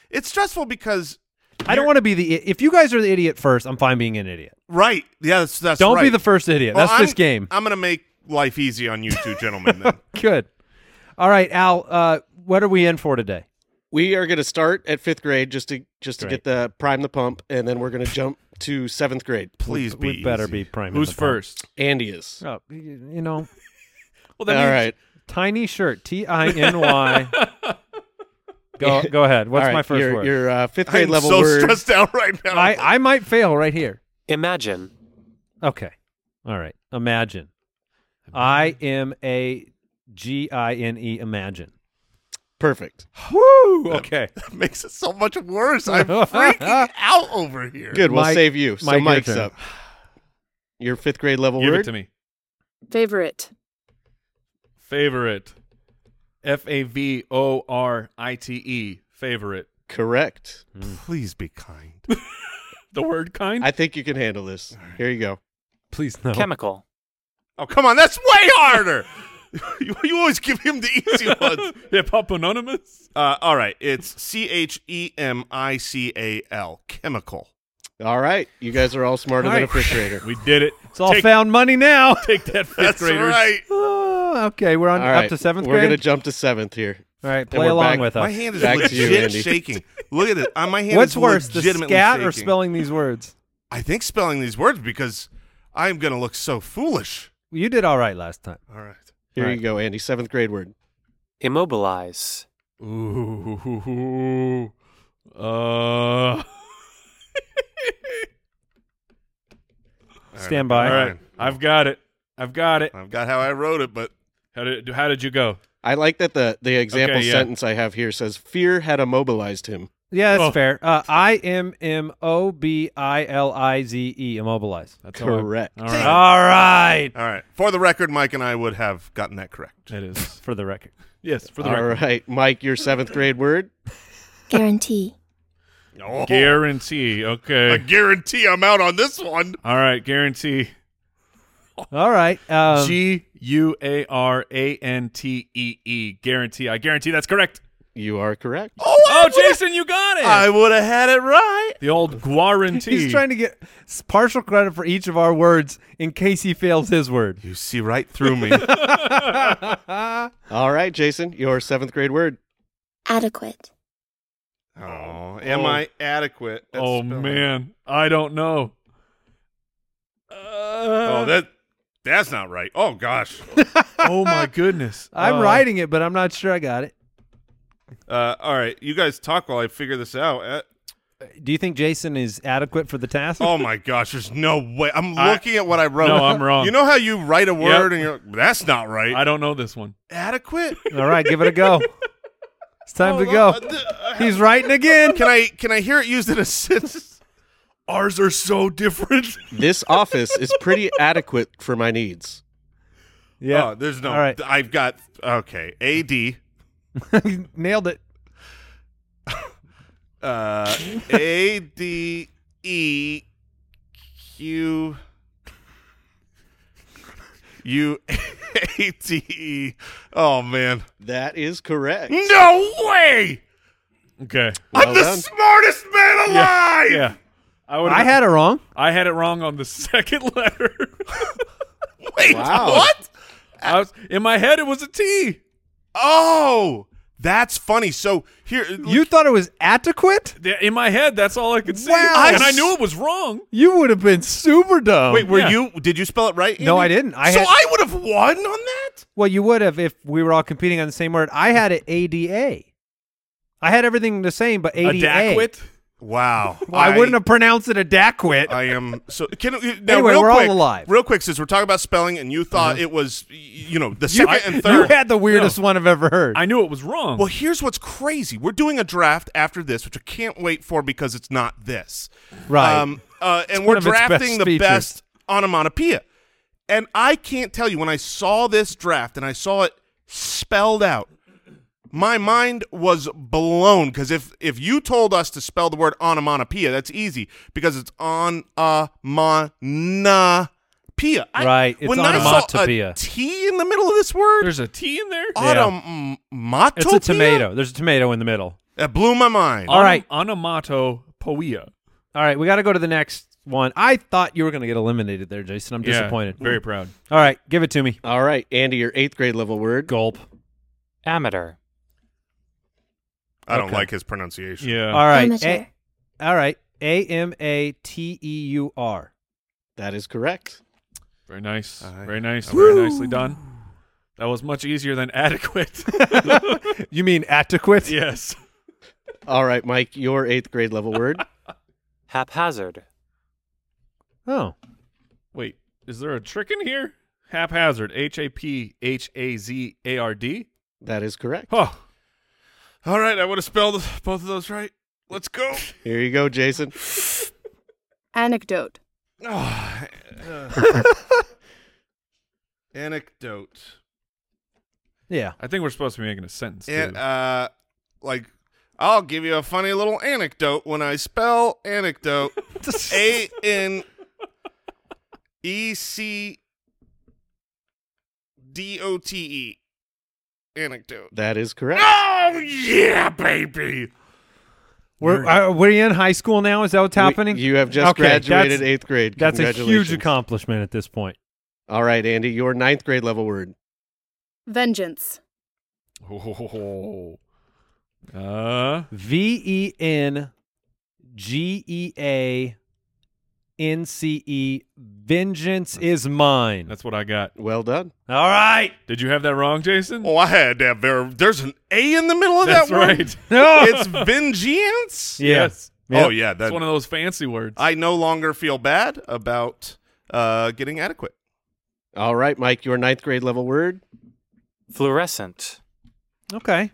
Speaker 3: It's stressful because
Speaker 1: I don't want to be the. i- If you guys are the idiot first, I'm fine being an idiot.
Speaker 3: right. Yeah, that's, that's
Speaker 1: don't be
Speaker 3: right.
Speaker 1: the first idiot.
Speaker 3: Well,
Speaker 1: That's
Speaker 3: I'm-
Speaker 1: this game.
Speaker 3: I'm gonna make life easy on you two gentlemen. Then.
Speaker 1: Good. All right, Al. Uh, what are we in for today?
Speaker 5: We are going to start at fifth grade just to just to
Speaker 1: Great.
Speaker 5: get the prime the pump, and then we're going to jump to seventh grade.
Speaker 3: Please be.
Speaker 1: we better
Speaker 3: easy.
Speaker 1: be prime.
Speaker 2: Who's first?
Speaker 5: Andy is.
Speaker 1: Oh, y- you know,
Speaker 2: Well,
Speaker 5: All right.
Speaker 1: tiny shirt. T I N Y. Go go ahead. What's
Speaker 5: All right,
Speaker 1: my first
Speaker 5: your,
Speaker 1: word?
Speaker 5: Your uh, fifth grade
Speaker 3: I'm
Speaker 5: level
Speaker 3: so
Speaker 5: word.
Speaker 3: stressed out right now.
Speaker 1: I I might fail right here.
Speaker 7: Imagine.
Speaker 1: Okay. All right. Imagine. I M A G I N E. Imagine.
Speaker 5: Perfect.
Speaker 1: Woo. Okay.
Speaker 3: Makes it so much worse. I'm freaking out over here.
Speaker 5: Good. We'll
Speaker 1: Mike-
Speaker 5: save you. So
Speaker 1: Mike, your
Speaker 5: Mike's
Speaker 1: turn.
Speaker 5: up. Your fifth grade level
Speaker 2: Give
Speaker 5: word.
Speaker 2: it to me.
Speaker 7: Favorite.
Speaker 2: Favorite. F A V O R I T E. Favorite.
Speaker 5: Correct.
Speaker 1: Mm-hmm.
Speaker 3: Mm. Please be kind.
Speaker 2: The word kind?
Speaker 5: I think you can handle this. Here you go.
Speaker 1: Please no.
Speaker 8: Chemical.
Speaker 3: Oh, come on. That's way harder. you, you always give him the easy ones.
Speaker 2: Hip Hop Anonymous?
Speaker 3: Uh, all right. It's C H E M I C A L. Chemical.
Speaker 5: All right. You guys are all smarter
Speaker 1: All
Speaker 5: than a
Speaker 1: right.
Speaker 5: refrigerator.
Speaker 2: We did it.
Speaker 1: It's all
Speaker 2: take,
Speaker 1: found money now.
Speaker 2: take that, fifth
Speaker 3: That's
Speaker 2: graders.
Speaker 3: right.
Speaker 1: Oh, okay, we're on
Speaker 5: All right.
Speaker 1: up to seventh
Speaker 5: We're
Speaker 1: grade.
Speaker 5: gonna jump to seventh here.
Speaker 1: All right,
Speaker 5: and
Speaker 1: play
Speaker 5: we're
Speaker 1: along
Speaker 5: back.
Speaker 1: with
Speaker 3: My
Speaker 1: us.
Speaker 3: hand is
Speaker 5: Back to you,
Speaker 3: legit
Speaker 5: Andy.
Speaker 3: shaking. Look at it. Uh, my hand
Speaker 1: What's
Speaker 3: is
Speaker 1: worse, the
Speaker 3: legitimately
Speaker 1: scat or
Speaker 3: shaking.
Speaker 1: spelling these words?
Speaker 3: I think spelling these words because I'm going to look so foolish.
Speaker 1: You did all right last time.
Speaker 3: All right.
Speaker 5: Here
Speaker 1: All
Speaker 5: you go, Andy. Seventh grade word.
Speaker 8: Immobilize.
Speaker 2: Ooh. Uh,
Speaker 1: Stand
Speaker 3: All
Speaker 1: by.
Speaker 2: all right. I've got it. I've got it.
Speaker 3: I've got how I wrote it, but
Speaker 2: How did how did you go?
Speaker 5: I like that the the example
Speaker 2: Okay, yeah.
Speaker 5: sentence I have here says fear had immobilized him.
Speaker 1: Yeah, that's
Speaker 2: Oh.
Speaker 1: fair. Uh, I M M O B I L I Z E. Immobilize.
Speaker 2: That's how I-
Speaker 5: Correct.
Speaker 2: all right.
Speaker 1: All right.
Speaker 3: all right. For the record, Mike and I would have gotten that correct.
Speaker 2: It is.
Speaker 1: For the record.
Speaker 2: Yes, for the
Speaker 5: All
Speaker 2: record.
Speaker 5: right, Mike, your seventh grade word.
Speaker 7: Guarantee.
Speaker 3: Oh,
Speaker 2: Guarantee.
Speaker 3: I
Speaker 2: Okay.
Speaker 3: guarantee I'm out on this one.
Speaker 2: All right, guarantee.
Speaker 1: All right. Um,
Speaker 2: G U A R A N T E E. Guarantee. I guarantee that's correct.
Speaker 5: You are correct.
Speaker 2: Oh, Jason, you got it.
Speaker 3: would have had it right.
Speaker 2: the old guarantee.
Speaker 1: he's trying to get s- partial credit for each of our words in case he fails his word.
Speaker 3: You see right through me.
Speaker 5: All right, Jason, your seventh grade word.
Speaker 7: Adequate.
Speaker 3: oh, am I adequate? at
Speaker 2: oh
Speaker 3: spelling?
Speaker 2: man, I don't know. Uh,
Speaker 3: Oh, that that's not right. Oh gosh.
Speaker 2: oh my goodness.
Speaker 1: I'm
Speaker 2: Uh,
Speaker 1: writing it, but I'm not sure I got it.
Speaker 3: Uh, all right, you guys talk while I figure this out. Uh,
Speaker 1: Do you think Jason is adequate for the task?
Speaker 3: oh my gosh, there's no way. I'm
Speaker 2: I-
Speaker 3: looking at what I wrote.
Speaker 2: No, I'm wrong.
Speaker 3: You know how you write a word and you're like, that's not right.
Speaker 2: I don't know this one.
Speaker 3: adequate.
Speaker 1: All right, give it a go. It's time to go. He's writing again.
Speaker 3: Can I can I hear it used in a sentence? Ours are so different.
Speaker 5: This office is pretty adequate for my needs.
Speaker 1: Yeah,
Speaker 3: Oh, there's no.
Speaker 1: All right.
Speaker 3: I've got okay. A D.
Speaker 1: nailed it.
Speaker 3: Uh, A D E Q U A T E. Oh man!
Speaker 5: That is correct.
Speaker 3: No way!
Speaker 2: Okay.
Speaker 3: I'm the
Speaker 5: done.
Speaker 3: smartest man alive.
Speaker 2: Yeah. I would.
Speaker 1: I had it wrong.
Speaker 2: I had it wrong on the second letter.
Speaker 3: Wait,
Speaker 5: Wow.
Speaker 3: what?
Speaker 2: I was, in my head, it was a T.
Speaker 3: Oh, that's funny. So here,
Speaker 1: You thought it was adequate?
Speaker 2: Th- In my head, that's all I could see,
Speaker 1: Wow.
Speaker 2: and I knew it was wrong.
Speaker 1: You would have been super dumb.
Speaker 3: wait, were
Speaker 2: yeah.
Speaker 3: you? Did you spell it right?
Speaker 1: no, I
Speaker 3: Andy?
Speaker 1: didn't. I
Speaker 3: so
Speaker 1: had,
Speaker 3: I would have won on that.
Speaker 1: well, you would have if we were all competing on the same word. I had it ADA. I had everything the same, but ADA.
Speaker 2: Adaquit.
Speaker 3: Wow.
Speaker 1: I, wouldn't have pronounced it adaquit.
Speaker 3: I am so. Can we- now,
Speaker 1: Anyway,
Speaker 3: real
Speaker 1: we're all
Speaker 3: quick,
Speaker 1: alive. Uh-huh.
Speaker 3: Real quick, since we're talking about spelling, and you thought it was, y- you know, the
Speaker 1: you,
Speaker 3: second and
Speaker 1: you
Speaker 3: third.
Speaker 1: had the weirdest one I've ever heard.
Speaker 2: I knew it was wrong.
Speaker 3: well, here's what's crazy. We're doing a draft after this, which I can't wait for because it's not this.
Speaker 1: right.
Speaker 3: Um, uh,
Speaker 1: one
Speaker 3: and we're
Speaker 1: of its best
Speaker 3: drafting the
Speaker 1: features.
Speaker 3: best onomatopoeia. And I can't tell you when I saw this draft and I saw it spelled out, my mind was blown because if if you told us to spell the word onomatopoeia, that's easy because it's on a monopoeia. I-
Speaker 1: Right, it's
Speaker 3: when I saw
Speaker 1: onomatopoeia.
Speaker 3: a T in the middle of this word,
Speaker 2: there's a T in there.
Speaker 3: onomatopoeia,
Speaker 1: it's a tomato. There's a tomato in the middle.
Speaker 3: That blew my mind.
Speaker 2: Oh,
Speaker 1: All right.
Speaker 2: Onomatopoeia.
Speaker 1: All right, we got to go to the next one. I thought you were going to get eliminated there, Jason. I'm
Speaker 2: Yeah,
Speaker 1: disappointed.
Speaker 2: Very proud.
Speaker 1: All right, give it to me.
Speaker 5: All right, Andy, your eighth grade level word.
Speaker 1: Gulp.
Speaker 8: Amateur.
Speaker 3: I don't
Speaker 1: okay.
Speaker 3: like his pronunciation.
Speaker 2: Yeah.
Speaker 1: All right.
Speaker 7: Amateur.
Speaker 1: A- all right. A M A T E U R.
Speaker 5: That is correct.
Speaker 2: Very nice.
Speaker 3: All right.
Speaker 2: Very nice.
Speaker 3: All right.
Speaker 2: Very nicely done. That was much easier than adequate.
Speaker 1: You mean adequate?
Speaker 2: yes.
Speaker 5: All right, Mike, your eighth grade level word.
Speaker 8: Haphazard.
Speaker 1: Oh.
Speaker 2: Wait, is there a trick in here? Haphazard. H A P H A Z A R D.
Speaker 5: That is correct.
Speaker 2: Oh,
Speaker 3: All right, I would have spelled both of those right. Let's go.
Speaker 5: Here you go, Jason.
Speaker 9: Anecdote.
Speaker 3: Ah, anecdote.
Speaker 1: Yeah.
Speaker 2: I think we're supposed to be making a sentence. too.
Speaker 3: And, uh, like, I'll give you a funny little anecdote when I spell anecdote. A N E C D O T E. Anecdote.
Speaker 5: That is correct.
Speaker 3: Oh, yeah, baby.
Speaker 1: We're are, we in high school now? Is that what's
Speaker 5: We-
Speaker 1: happening?
Speaker 5: you have just
Speaker 1: Okay, that's-
Speaker 5: graduated eighth grade.
Speaker 1: That's a huge
Speaker 5: Congratulations.
Speaker 1: accomplishment at this point.
Speaker 5: All right, Andy, your ninth grade level word.
Speaker 9: Vengeance.
Speaker 2: Oh. Uh,
Speaker 1: V E N G E A N C E. Vengeance is mine.
Speaker 2: that's what I got.
Speaker 5: Well done.
Speaker 1: All right.
Speaker 2: Did you have that wrong, Jason?
Speaker 3: Oh, I had that very. There's an A in the middle of
Speaker 2: that's
Speaker 3: that word.
Speaker 2: right.
Speaker 1: No.
Speaker 3: It's vengeance.
Speaker 1: Yeah.
Speaker 2: Yes.
Speaker 1: Yeah.
Speaker 3: Oh, yeah.
Speaker 2: That's
Speaker 3: That,
Speaker 2: one of those fancy words.
Speaker 3: I no longer feel bad about uh, getting adequate.
Speaker 5: All right, Mike, your ninth grade level word.
Speaker 8: Fluorescent.
Speaker 1: Okay.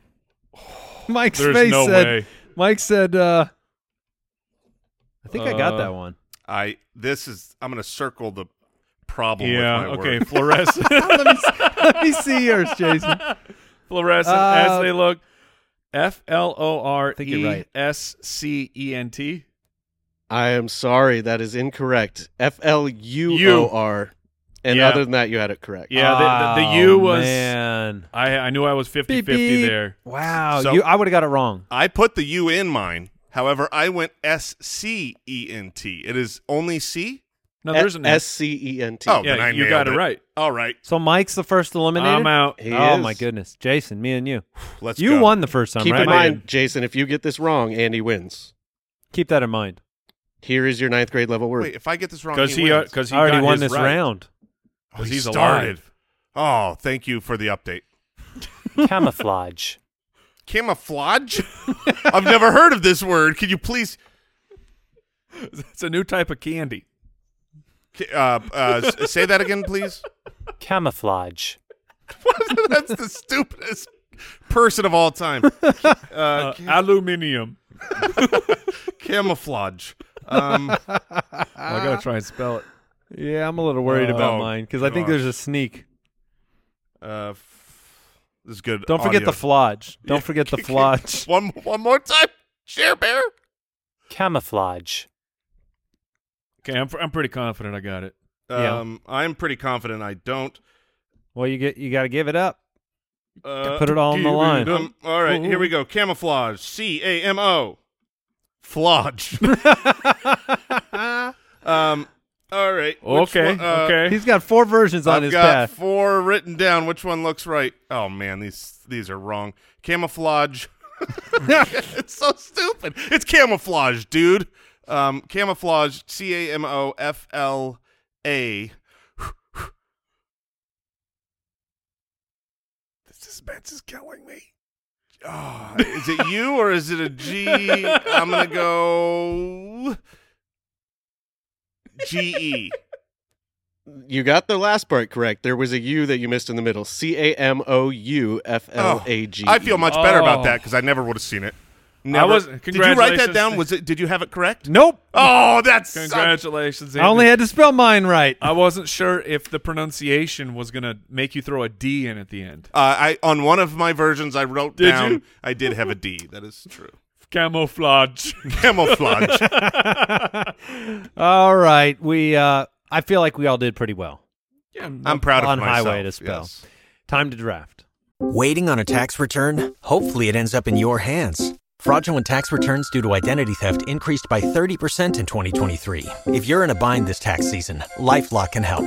Speaker 1: Mike's
Speaker 2: There's
Speaker 1: face
Speaker 2: no
Speaker 1: said.
Speaker 2: way.
Speaker 1: Mike said. uh I think I got
Speaker 2: Uh,
Speaker 1: that one.
Speaker 3: I this is I'm gonna circle the problem.
Speaker 2: Yeah.
Speaker 3: With my
Speaker 2: Okay.
Speaker 3: Word.
Speaker 2: Fluorescent.
Speaker 1: let, me, s- let me see yours, Jason.
Speaker 2: Fluorescent.
Speaker 1: Uh,
Speaker 2: as they look. F L O R
Speaker 1: think you're
Speaker 2: E
Speaker 1: right.
Speaker 2: S C E N T.
Speaker 5: I am sorry, that is incorrect. F L U O R. And
Speaker 2: Yeah.
Speaker 5: other than that, you had it correct.
Speaker 2: Yeah. The, the, the
Speaker 1: Oh,
Speaker 2: U was.
Speaker 1: Man.
Speaker 2: I I knew I was 50
Speaker 1: Beep,
Speaker 2: 50
Speaker 1: beep.
Speaker 2: there.
Speaker 1: Wow.
Speaker 3: So-
Speaker 1: you, I would have got it wrong.
Speaker 3: I put the U in mine. However, I went S C E N T. It is only C.
Speaker 2: No, there's an
Speaker 5: S C E N T.
Speaker 3: Oh, then
Speaker 2: Yeah,
Speaker 3: I
Speaker 2: you got
Speaker 3: nailed
Speaker 2: it right.
Speaker 3: All right,
Speaker 1: So Mike's the first eliminated.
Speaker 2: I'm out.
Speaker 5: He
Speaker 1: oh
Speaker 5: is.
Speaker 1: my goodness, Jason, me and you.
Speaker 3: let's.
Speaker 1: you
Speaker 3: go.
Speaker 1: won the first time,
Speaker 5: Keep
Speaker 1: right?
Speaker 5: in mind, Jason, if you get this wrong, Andy wins.
Speaker 1: Keep that in mind.
Speaker 5: Here is your ninth grade level word.
Speaker 3: Wait, if I get this wrong,
Speaker 2: Because he
Speaker 3: wins.
Speaker 2: because he
Speaker 1: I already
Speaker 2: got
Speaker 1: won
Speaker 2: his
Speaker 1: this
Speaker 2: right.
Speaker 1: round.
Speaker 3: oh, he
Speaker 2: he's
Speaker 3: started.
Speaker 2: alive.
Speaker 3: Oh, thank you for the update.
Speaker 8: Camouflage.
Speaker 3: Camouflage. I've never heard of this word. Can you please?
Speaker 2: It's a new type of candy.
Speaker 3: ca- Uh, uh, s- say that again, please.
Speaker 8: Camouflage.
Speaker 3: That's the stupidest person of all time.
Speaker 2: Uh, aluminium.
Speaker 3: Camouflage. Um,
Speaker 2: I gotta try and spell it.
Speaker 1: uh, Yeah, I'm a little worried
Speaker 3: Oh,
Speaker 1: about mine because I think
Speaker 3: gosh.
Speaker 1: there's a sneak.
Speaker 3: Uh, f- this is good.
Speaker 1: Don't forget
Speaker 3: audio.
Speaker 1: the flodge. Don't forget the flodge.
Speaker 3: one one more time, share bear.
Speaker 8: Camouflage.
Speaker 2: Okay, I'm I'm pretty confident I got it.
Speaker 1: Yeah.
Speaker 3: Um, I'm pretty confident I don't.
Speaker 1: Well, you get you got to give it up.
Speaker 3: Uh,
Speaker 1: Put it all on the
Speaker 2: give it
Speaker 1: line.
Speaker 2: up.
Speaker 3: um, all right, here we go. Camouflage. C A M O. Flodge. um. All right. which
Speaker 2: Okay,
Speaker 3: one- uh,
Speaker 2: okay.
Speaker 1: He's got four versions on
Speaker 3: I've
Speaker 1: his
Speaker 3: got
Speaker 1: path.
Speaker 3: four written down. Which one looks right? Oh man, these these are wrong. Camouflage. it's so stupid. It's camouflage, dude. Um, camouflage. C A M O F L A. The suspense is killing me. Oh, is it you or is it a G? I'm gonna go G E.
Speaker 5: You got the last part correct. There was a U that you missed in the middle. C A M O U F L A G.
Speaker 1: E.
Speaker 3: Oh, I feel much better
Speaker 2: Oh.
Speaker 3: about that because I never would have seen it. Never.
Speaker 2: was-
Speaker 3: did you write that
Speaker 2: congratulations.
Speaker 3: down? Was it? Did you have it correct?
Speaker 1: Nope.
Speaker 3: Oh, that's
Speaker 2: Congratulations.
Speaker 1: I only
Speaker 2: Anthony.
Speaker 1: had to spell mine right.
Speaker 2: I wasn't sure if the pronunciation was gonna make you throw a D in at the end.
Speaker 3: Uh, I on one of my versions, I wrote
Speaker 2: Did
Speaker 3: down.
Speaker 2: you?
Speaker 3: I did have a D. That is true.
Speaker 2: Camouflage.
Speaker 3: Camouflage.
Speaker 1: all right, we. Uh, I feel like we all did pretty well.
Speaker 3: I'm proud of
Speaker 1: On
Speaker 3: myself.
Speaker 1: highway to spell.
Speaker 3: yes.
Speaker 1: Time to draft.
Speaker 10: Waiting on a tax return? Hopefully, it ends up in your hands. Fraudulent tax returns due to identity theft increased by 30% in 2023. If you're in a bind this tax season, LifeLock can help.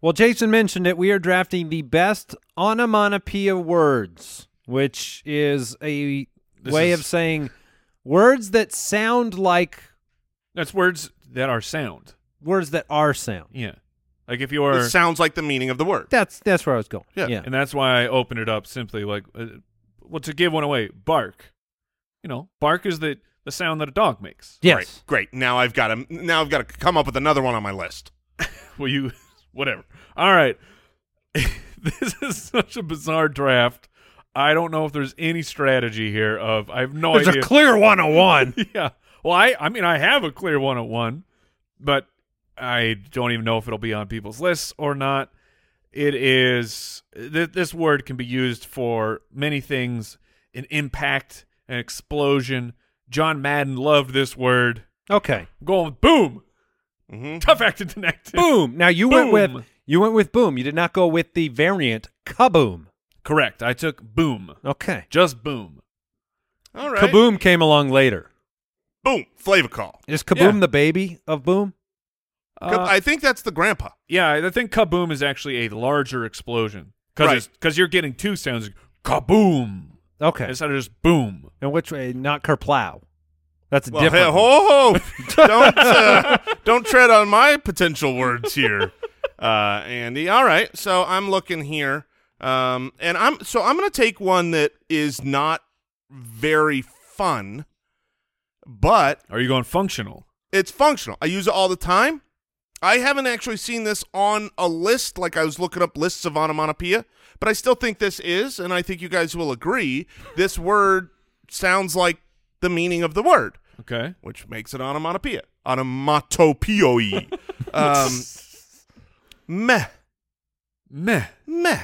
Speaker 1: Well, Jason mentioned it. We are drafting the best onomatopoeia words, which is a
Speaker 2: This
Speaker 1: way
Speaker 2: is-
Speaker 1: of saying words that sound like
Speaker 2: That's words that are sound.
Speaker 1: words that are sound.
Speaker 2: Yeah. Like if you are
Speaker 3: it sounds like the meaning of the word.
Speaker 1: That's that's where I was going.
Speaker 3: Yeah.
Speaker 1: yeah.
Speaker 2: And that's why I opened it up simply like, uh, well, to give one away, bark. You know, bark is the, the sound that a dog makes.
Speaker 1: Yes.
Speaker 3: Great. Great. Now I've got to now I've got to come up with another one on my list.
Speaker 2: Well, you, whatever. All right. this is such a bizarre draft. I don't know if there's any strategy here. Of I have no
Speaker 1: There's
Speaker 2: idea.
Speaker 1: a clear 101.
Speaker 2: yeah. Well, I, I mean, I have a clear 101, but I don't even know if it'll be on people's lists or not. It is, th- this word can be used for many things an impact, an explosion. John Madden loved this word.
Speaker 1: okay.
Speaker 2: I'm going boom,
Speaker 3: Mm-hmm.
Speaker 2: tough acted and active.
Speaker 1: Boom. Now you went with
Speaker 2: Boom.
Speaker 1: you went with boom. You did not go with the variant kaboom.
Speaker 2: Correct. I took boom,
Speaker 1: Okay.
Speaker 2: just boom.
Speaker 3: All right.
Speaker 1: Kaboom came along later.
Speaker 3: Boom. Flavor call.
Speaker 1: Is kaboom
Speaker 2: Yeah.
Speaker 1: the baby of boom?
Speaker 3: Ka-
Speaker 2: Uh,
Speaker 3: I think that's the grandpa.
Speaker 2: yeah, I think kaboom is actually a larger explosion
Speaker 3: Right.
Speaker 2: because you're getting two sounds kaboom
Speaker 1: Okay.
Speaker 2: instead of just boom.
Speaker 1: And which way? Not Kerplow. That's a
Speaker 3: Well, hey,
Speaker 1: different. one.
Speaker 3: ho, ho. don't uh, don't tread on my potential words here, uh, Andy. All right, so I'm looking here, um, and I'm so I'm going to take one that is not very fun, but
Speaker 2: Are you going functional?
Speaker 3: it's functional. I use it all the time. I haven't actually seen this on a list, like I was looking up lists of onomatopoeia, but I still think this is, and I think you guys will agree. This word sounds like the meaning of the word
Speaker 2: Okay.
Speaker 3: which makes it onomatopoeia. Onomatopoeia. um, meh,
Speaker 2: Meh.
Speaker 3: meh.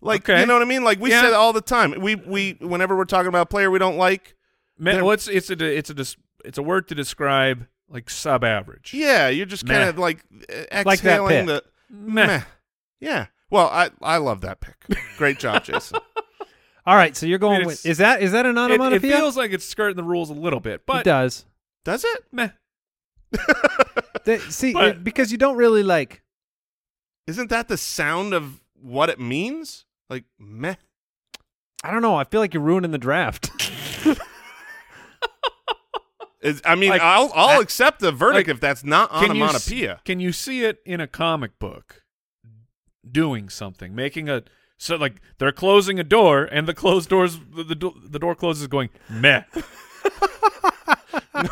Speaker 3: Like
Speaker 2: Okay.
Speaker 3: you know what I mean? Like we
Speaker 2: Yeah.
Speaker 3: say that all the time. We we whenever we're talking about a player we don't like.
Speaker 2: Meh.
Speaker 3: They're-
Speaker 2: Well, it's it's a de- it's a dis- it's a word to describe like sub-average.
Speaker 3: Yeah, you're just kind
Speaker 2: Meh.
Speaker 3: of like uh,
Speaker 1: Like that
Speaker 3: exhaling
Speaker 1: pick.
Speaker 3: the
Speaker 2: Meh.
Speaker 3: meh. Yeah. Well, I I love that pick. Great job, Jason.
Speaker 1: All right, so you're going
Speaker 2: It's-
Speaker 1: with is that is that an
Speaker 2: It-
Speaker 1: onomatopoeia?
Speaker 2: It, feels like it's skirting the rules a little bit,
Speaker 1: It
Speaker 2: but
Speaker 1: does.
Speaker 3: Does it?
Speaker 2: meh.
Speaker 1: They- see,
Speaker 2: But-
Speaker 1: it- because you don't really like.
Speaker 3: Isn't that the sound of what it means? Like meh.
Speaker 1: I don't know. I feel like you're ruining the draft.
Speaker 3: Is, I mean,
Speaker 2: Like-
Speaker 3: I'll I'll
Speaker 2: I-
Speaker 3: accept the verdict
Speaker 2: like,
Speaker 3: if that's not
Speaker 2: Can you s-
Speaker 3: onomatopoeia.
Speaker 2: Can you see it in a comic book doing something, making a so like they're closing a door and the closed doors the the, do- the door closes going meh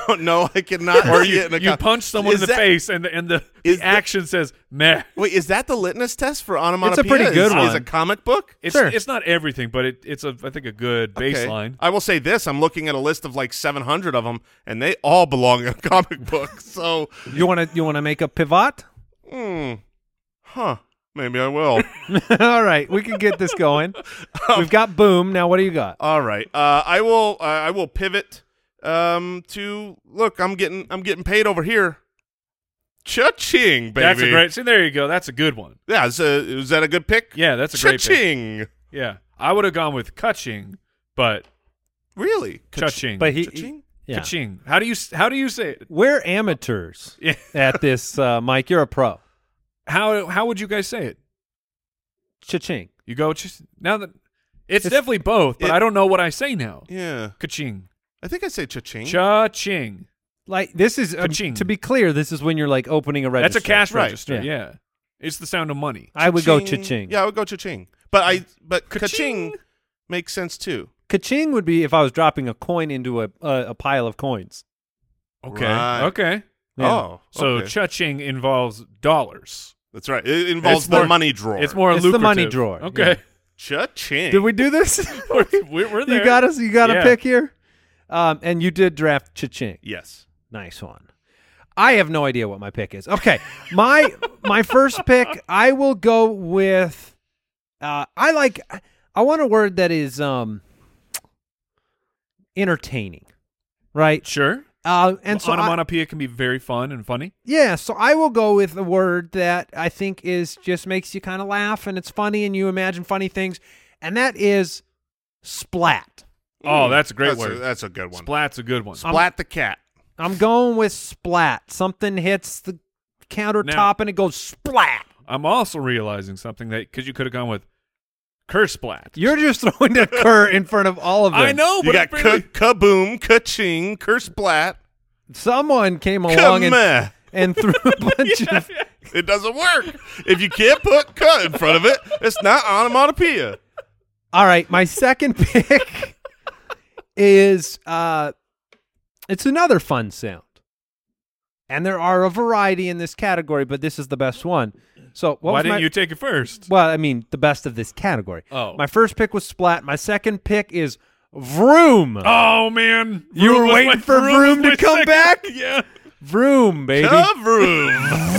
Speaker 3: no, no, I cannot.
Speaker 2: or
Speaker 3: see
Speaker 2: you,
Speaker 3: it in a
Speaker 2: you
Speaker 3: co-
Speaker 2: punch someone
Speaker 3: Is
Speaker 2: in the
Speaker 3: that-
Speaker 2: face and the, and the, the
Speaker 3: is that-
Speaker 2: action says meh.
Speaker 3: Wait, is that the litmus test for onomatopoeia?
Speaker 1: pretty
Speaker 3: Is-
Speaker 1: good
Speaker 3: is,
Speaker 1: one.
Speaker 3: a comic book
Speaker 2: It's
Speaker 1: Sure.
Speaker 2: it's not everything, but it, it's a I think a good
Speaker 3: Okay.
Speaker 2: baseline.
Speaker 3: I will say this: I'm looking at a list of like 700 of them, and they all belong in a comic book. So,
Speaker 1: you want to you want to make a pivot?
Speaker 3: hmm, huh? Maybe I will.
Speaker 1: All right, we can get this going.
Speaker 2: Oh.
Speaker 1: We've got boom. Now, what do you got?
Speaker 3: all right, uh, I will. Uh, I will pivot um, to look. I'm getting. I'm getting paid over here. Cha-ching, baby.
Speaker 2: That's a great. See, there you go. That's a good one.
Speaker 3: Yeah, is, uh, is that a good pick?
Speaker 2: Yeah, that's a great pick.
Speaker 3: Cha-ching.
Speaker 2: Yeah, I would have gone with Kutching, but
Speaker 3: Really?
Speaker 2: Kutching.
Speaker 1: But he,
Speaker 3: Cha-ching?
Speaker 1: yeah.
Speaker 2: Kutching. How do you s- how do you say it?
Speaker 1: We're amateurs
Speaker 2: Yeah.
Speaker 1: at this, uh, Mike. You're a pro.
Speaker 2: How how would you guys say it?
Speaker 1: Cha-ching.
Speaker 2: You go just now that it's,
Speaker 1: It's-
Speaker 2: definitely both, but
Speaker 3: it-
Speaker 2: I don't know what I say now.
Speaker 3: Yeah.
Speaker 2: Kaching,
Speaker 3: I think I say cha-ching.
Speaker 2: cha ching.
Speaker 1: Like this is um,
Speaker 2: Ka-ching.
Speaker 1: to be clear, this is when you're like opening a
Speaker 2: That's
Speaker 1: register.
Speaker 2: a cash
Speaker 3: Right.
Speaker 2: register.
Speaker 1: Yeah.
Speaker 2: Yeah. it's the sound of money.
Speaker 1: I would go
Speaker 3: Cha-ching.
Speaker 1: cha-ching.
Speaker 3: Yeah, I would go cha-ching. But I but
Speaker 2: Ka-ching.
Speaker 3: ka-ching makes sense too.
Speaker 1: Ka-ching would be if I was dropping a coin into a a, a pile of coins.
Speaker 2: Okay,
Speaker 3: Right.
Speaker 2: okay.
Speaker 1: Yeah.
Speaker 3: Oh,
Speaker 2: So
Speaker 3: okay.
Speaker 2: cha ching involves dollars.
Speaker 3: that's right. It involves
Speaker 2: It's
Speaker 3: the
Speaker 2: more-
Speaker 3: money drawer.
Speaker 2: It's more
Speaker 1: It's the
Speaker 2: lucrative.
Speaker 1: money drawer,
Speaker 2: Okay,
Speaker 3: cha-ching.
Speaker 1: Did we do this?
Speaker 2: we're, we're there.
Speaker 1: You got us. You got
Speaker 2: Yeah.
Speaker 1: a pick here, um, and you did draft Cha-Ching.
Speaker 3: Yes.
Speaker 1: Nice one. I have no idea what my pick is. Okay, my my first pick. I will go with. Uh, I like. I want a word that is um entertaining, right?
Speaker 2: Sure.
Speaker 1: Uh, and so I-
Speaker 2: onomatopoeia can be very fun and funny.
Speaker 1: Yeah, so I will go with a word that I think is just makes you kind of laugh and it's funny and you imagine funny things, and that is splat.
Speaker 2: Oh, that's a great
Speaker 3: that's
Speaker 2: word.
Speaker 3: A, that's a good one.
Speaker 2: Splat's a good one.
Speaker 3: Splat the cat.
Speaker 1: I'm going with splat. Something hits the countertop
Speaker 2: Now-
Speaker 1: and it goes splat.
Speaker 2: I'm also realizing something that because you could have gone with curse splat.
Speaker 1: You're just throwing a cur in front of all of them.
Speaker 2: I know,
Speaker 3: you
Speaker 2: Oh, but
Speaker 3: got
Speaker 2: it really-
Speaker 3: ka- kaboom, ka-ching, curse plat.
Speaker 1: Someone came along
Speaker 3: Come
Speaker 1: and, and threw a bunch of.
Speaker 3: It doesn't work. If you can't put "cut" in front of it, it's not onomatopoeia.
Speaker 1: All right, my second pick is uh, it's another fun sound, and there are a variety in this category, but this is the best one. So what
Speaker 2: why
Speaker 1: was
Speaker 2: didn't
Speaker 1: my-
Speaker 2: you take it first?
Speaker 1: Well, I mean, the best of this category.
Speaker 2: Oh.
Speaker 1: my first pick was splat. My second pick is vroom.
Speaker 2: Oh man,
Speaker 1: You were
Speaker 2: was
Speaker 1: waiting
Speaker 2: my-
Speaker 1: for
Speaker 2: Vroom
Speaker 1: Vroom
Speaker 2: was
Speaker 1: to
Speaker 2: my
Speaker 1: come
Speaker 2: second-
Speaker 1: back?
Speaker 2: Yeah,
Speaker 1: Vroom, baby.
Speaker 3: Ka-vroom.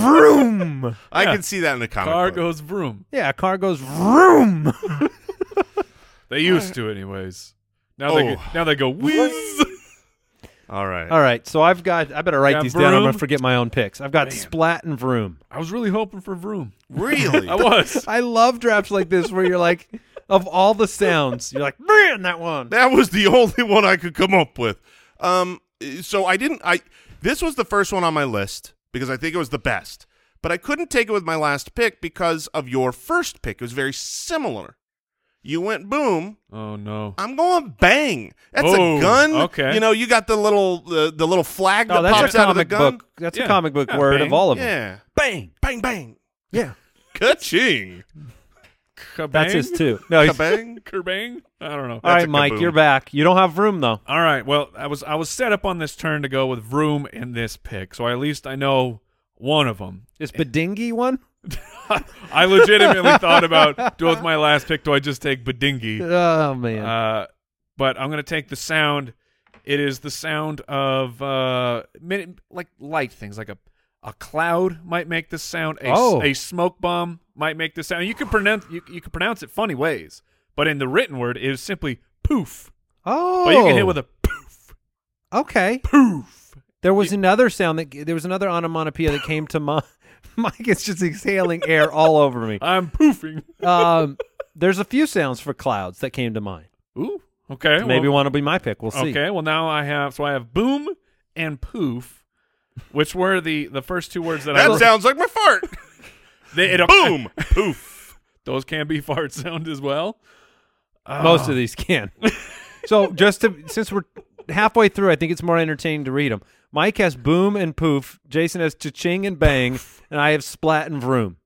Speaker 1: Vroom.
Speaker 3: I
Speaker 2: Yeah.
Speaker 3: can see that in the comic
Speaker 2: car
Speaker 3: book.
Speaker 2: goes vroom.
Speaker 1: Yeah, a car goes vroom.
Speaker 2: They used to, anyways. Now they
Speaker 3: Oh.
Speaker 2: go, now they go whiz.
Speaker 3: All right.
Speaker 1: All right, so I've got. I better write
Speaker 2: Got
Speaker 1: these down. I'm
Speaker 2: vroom.
Speaker 1: gonna forget my own picks. I've got splat and vroom.
Speaker 2: I was really hoping for vroom.
Speaker 3: Really?
Speaker 2: I was.
Speaker 1: I love drafts like this where you're like, of all the sounds, you're like, man, that one.
Speaker 3: That was the only one I could come up with. Um, so I didn't. I this was the first one on my list because I think it was the best, but I couldn't take it with my last pick because of your first pick. It was very similar. You went boom.
Speaker 2: Oh no.
Speaker 3: I'm going bang. That's
Speaker 2: Oh,
Speaker 3: a gun.
Speaker 2: okay.
Speaker 3: You know, you got the little the, the little flag
Speaker 1: No,
Speaker 3: that
Speaker 1: oh, that's
Speaker 3: pops
Speaker 1: a
Speaker 3: out of the
Speaker 1: comic
Speaker 3: gun.
Speaker 1: book. That's a
Speaker 2: Yeah.
Speaker 1: comic book
Speaker 2: Yeah,
Speaker 1: word
Speaker 2: bang.
Speaker 1: of all of them.
Speaker 3: Yeah.
Speaker 1: Bang,
Speaker 3: Bang bang.
Speaker 1: yeah.
Speaker 3: Ka-ching.
Speaker 2: Kabang?
Speaker 1: That's his too. No, he's, all
Speaker 3: Ka-bang.
Speaker 2: Kerbang? I don't know.
Speaker 1: right,
Speaker 3: a
Speaker 1: Mike,
Speaker 3: kaboom.
Speaker 1: you're back. You don't have room though.
Speaker 2: All right. Well, I was I was set up on this turn to go with Vroom in this pick, so at least I know one of them.
Speaker 1: Is Bedingy one?
Speaker 2: I legitimately thought about do with my last pick. Do I just take Badingi?
Speaker 1: Oh man,
Speaker 2: Uh, but I'm gonna take the sound. It is the sound of uh, min- like light things, like a a cloud might make this sound. A, s-
Speaker 1: Oh.
Speaker 2: a smoke bomb might make this sound. You can pronounce you, you can pronounce it funny ways, but in the written word, it is simply poof.
Speaker 1: oh,
Speaker 2: But you can hit with a poof,
Speaker 1: okay.
Speaker 2: poof.
Speaker 1: There was another sound that there was another onomatopoeia that came to mind. Mike is just exhaling air all over me.
Speaker 2: I'm poofing.
Speaker 1: Um, there's a few sounds for clouds that came to mind.
Speaker 2: Ooh. Okay. well-
Speaker 1: Maybe one will be my pick. We'll see.
Speaker 2: Okay, well now I have so I have boom and poof, which were the the first two words that I
Speaker 3: That
Speaker 2: wrote.
Speaker 3: sounds like my fart.
Speaker 2: They- it'll-
Speaker 3: Boom. Poof.
Speaker 2: Those can be fart sound as well. Ah.
Speaker 1: Most of these can. so just to, since we're halfway through, I think it's more entertaining to read them. Mike has boom and poof. Jason has cha-ching and bang, and I have splat and vroom.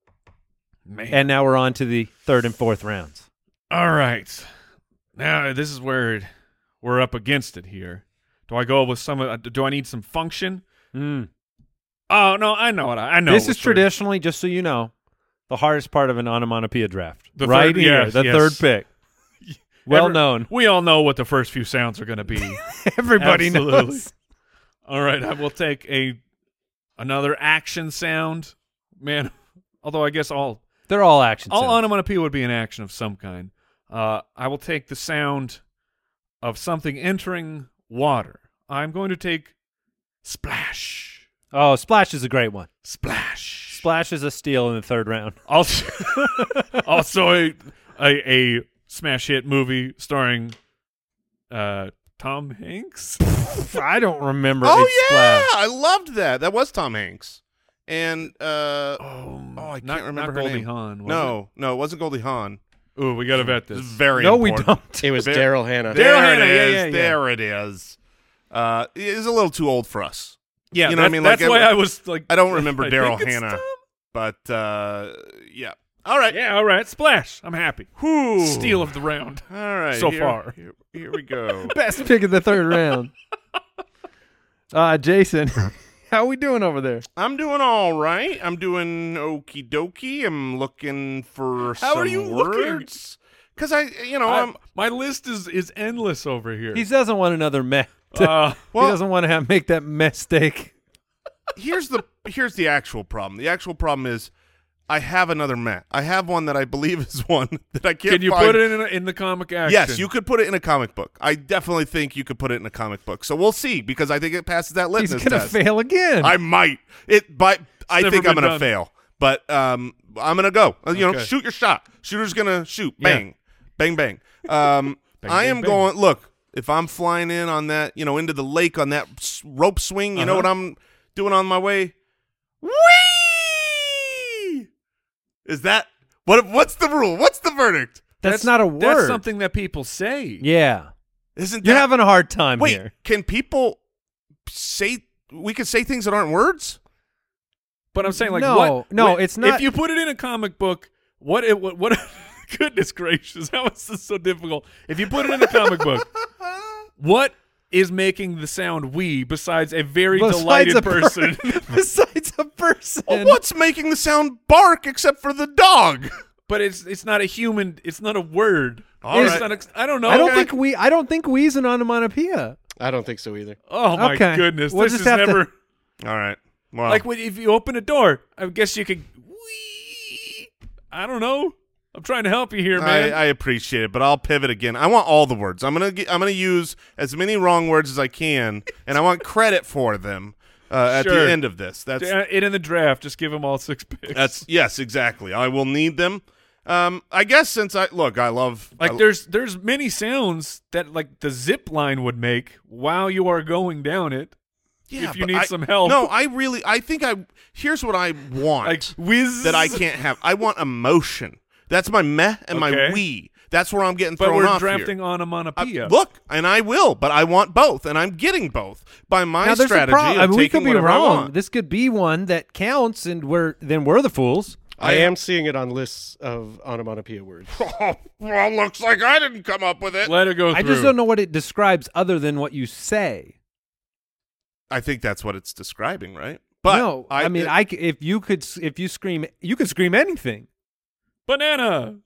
Speaker 2: Man.
Speaker 1: And now we're on to the third and fourth rounds.
Speaker 2: All right, now this is where it- we're up against it here. Do I go with some? of- Do I need some function? Oh Hmm. no, I know what I, I know.
Speaker 1: this
Speaker 2: what
Speaker 1: is
Speaker 2: sort of-
Speaker 1: traditionally, just so you know, the hardest part of an onomatopoeia draft.
Speaker 2: The
Speaker 1: right
Speaker 2: third-
Speaker 1: here,
Speaker 2: yes,
Speaker 1: the
Speaker 2: yes.
Speaker 1: third pick. Well
Speaker 2: Every-
Speaker 1: known.
Speaker 2: We all know what the first few sounds are going to be.
Speaker 1: Everybody
Speaker 2: Absolutely.
Speaker 1: knows.
Speaker 2: All right, I will take a another action sound. Man, although I guess all
Speaker 1: They're all action.
Speaker 2: all
Speaker 1: sounds.
Speaker 2: onomatopoeia would be an action of some kind. Uh, I will take the sound of something entering water. I'm going to take splash,
Speaker 1: oh, splash is a great one.
Speaker 2: splash,
Speaker 1: Splash is a steal in the third round.
Speaker 2: Also, also a, a a smash hit movie starring uh, Tom Hanks.
Speaker 1: I don't remember.
Speaker 3: Oh
Speaker 1: it's
Speaker 3: yeah,
Speaker 1: Splash.
Speaker 3: I loved that. That was Tom Hanks. And uh,
Speaker 2: Oh,
Speaker 3: oh, I can't
Speaker 2: not,
Speaker 3: remember
Speaker 2: not
Speaker 3: her
Speaker 2: Goldie
Speaker 3: name.
Speaker 2: Hawn. was
Speaker 3: no, no, it wasn't Goldie Hawn.
Speaker 2: it? Ooh, we gotta vet
Speaker 3: This
Speaker 2: this.
Speaker 3: is very
Speaker 1: No, we
Speaker 3: important.
Speaker 1: don't.
Speaker 5: It was
Speaker 3: Ver-
Speaker 5: Daryl Hannah.
Speaker 3: There
Speaker 2: Daryl
Speaker 3: it
Speaker 2: Hannah, yeah,
Speaker 3: is.
Speaker 2: yeah, yeah.
Speaker 3: There it is. Uh, it's a little too old for us,
Speaker 2: Yeah,
Speaker 3: You know what I
Speaker 2: that's,
Speaker 3: mean?
Speaker 2: that's
Speaker 3: Like,
Speaker 2: why
Speaker 3: I-
Speaker 2: I was like,
Speaker 3: I don't remember
Speaker 2: I
Speaker 3: Daryl
Speaker 2: think it's
Speaker 3: Hannah.
Speaker 2: Tom.
Speaker 3: but uh, yeah. All right.
Speaker 2: Yeah, all right, splash. I'm happy.
Speaker 3: Whew.
Speaker 2: Steal of the round.
Speaker 3: All right.
Speaker 2: so
Speaker 3: here-
Speaker 2: far.
Speaker 3: Here, here we go.
Speaker 1: Best pick of the third round. Uh, Jason, how we doing over there?
Speaker 3: I'm doing all right. I'm doing okie dokie. I'm looking for
Speaker 2: How
Speaker 3: some
Speaker 2: are you looking?
Speaker 3: words. Because I, you know,
Speaker 2: I-
Speaker 3: I'm
Speaker 2: my list is is endless over here.
Speaker 1: He doesn't want another mess.
Speaker 2: uh,
Speaker 1: he
Speaker 3: well.
Speaker 1: doesn't want to have make that mistake.
Speaker 3: here's the here's the actual problem. The actual problem is I have another Met. I have one that I believe is one that I can't.
Speaker 2: can you
Speaker 3: find.
Speaker 2: put it in, a, in the comic action?
Speaker 3: Yes, you could put it in a comic book. I definitely think you could put it in a comic book. So we'll see because I think it passes that
Speaker 1: He's
Speaker 3: litmus
Speaker 1: gonna
Speaker 3: test.
Speaker 1: fail again.
Speaker 3: I might. It but I
Speaker 2: never
Speaker 3: think I'm
Speaker 2: been
Speaker 3: gonna
Speaker 2: done.
Speaker 3: fail. But um I'm gonna go. Uh, You know,
Speaker 2: Okay.
Speaker 3: shoot your shot. Shooter's gonna shoot.
Speaker 2: Yeah.
Speaker 3: Bang. Bang bang. Um
Speaker 2: Bang,
Speaker 3: I
Speaker 2: bang,
Speaker 3: am
Speaker 2: bang.
Speaker 3: going look, if I'm flying in on that, you know, into the lake on that s- rope swing, you know
Speaker 2: Uh-huh.
Speaker 3: what I'm doing on my way? Whee! Is that what? What's the rule? What's the verdict?
Speaker 1: That's, not a word.
Speaker 2: That's something that people say.
Speaker 1: Yeah.
Speaker 3: Isn't
Speaker 1: You're
Speaker 3: that-
Speaker 1: having a hard time
Speaker 3: Wait,
Speaker 1: here.
Speaker 3: can people say we can say things that aren't words?
Speaker 2: But I'm saying like
Speaker 1: No,
Speaker 2: what?
Speaker 1: no,
Speaker 2: what-
Speaker 1: it's not-
Speaker 2: If you put it in a comic book, what it what, what goodness gracious, how is this so difficult? If you put it in a comic book, what is making the sound we besides a very
Speaker 1: Besides
Speaker 2: delighted
Speaker 1: a per-
Speaker 2: person?
Speaker 1: besides a person.
Speaker 3: Well, what's making the sound bark except for the dog?
Speaker 2: but it's it's not a human, it's not a word.
Speaker 3: All
Speaker 2: It's
Speaker 3: right.
Speaker 2: not a- I don't know.
Speaker 1: I don't think we. I don't think we's an onomatopoeia.
Speaker 5: I don't think so either.
Speaker 2: Oh my
Speaker 1: Okay.
Speaker 2: goodness.
Speaker 1: We'll
Speaker 2: this
Speaker 1: just
Speaker 2: is
Speaker 1: have to-
Speaker 2: never
Speaker 3: All right. Well,
Speaker 2: Like when, if you open a door, I guess you could. Wee- I don't know. I'm trying to help you here,
Speaker 3: I,
Speaker 2: man.
Speaker 3: I appreciate it, but I'll pivot again. I want all the words. I'm gonna get, I'm gonna use as many wrong words as I can, and I want credit for them uh, at
Speaker 2: Sure.
Speaker 3: the end of this. That's
Speaker 2: Uh, it in the draft. Just give them all six picks.
Speaker 3: that's yes, exactly. I will need them. Um, I guess since I look, I love
Speaker 2: like
Speaker 3: I-
Speaker 2: there's there's many sounds that like the zip line would make while you are going down it. if you
Speaker 3: but
Speaker 2: need
Speaker 3: I-
Speaker 2: some help,
Speaker 3: No, I really, I think I. Here's what I want.
Speaker 2: like whiz
Speaker 3: that I can't have. I want emotion. That's my meh and
Speaker 2: Okay.
Speaker 3: my we. That's where I'm getting
Speaker 2: But
Speaker 3: thrown
Speaker 2: we're
Speaker 3: off
Speaker 2: drafting
Speaker 3: here.
Speaker 2: on a
Speaker 3: I-
Speaker 2: monopoeia.
Speaker 3: Uh, look, and I will, but I want both, and I'm getting both by my
Speaker 1: now there's
Speaker 3: strategy.
Speaker 1: a problem.
Speaker 3: of
Speaker 1: I mean, we
Speaker 3: taking
Speaker 1: could be
Speaker 3: whatever I
Speaker 1: wrong.
Speaker 3: want.
Speaker 1: This could be one that counts, and we're then we're the fools.
Speaker 5: I am seeing it on lists of onomatopoeia words.
Speaker 3: Oh, well, looks like I didn't come up with it.
Speaker 2: let it go.
Speaker 1: I just don't know what it describes other than what you say.
Speaker 3: I think that's what it's describing, right? But
Speaker 1: no, I, mean,
Speaker 2: uh,
Speaker 3: it-
Speaker 1: I c- if you could s- if you scream, you could scream anything.
Speaker 2: Banana.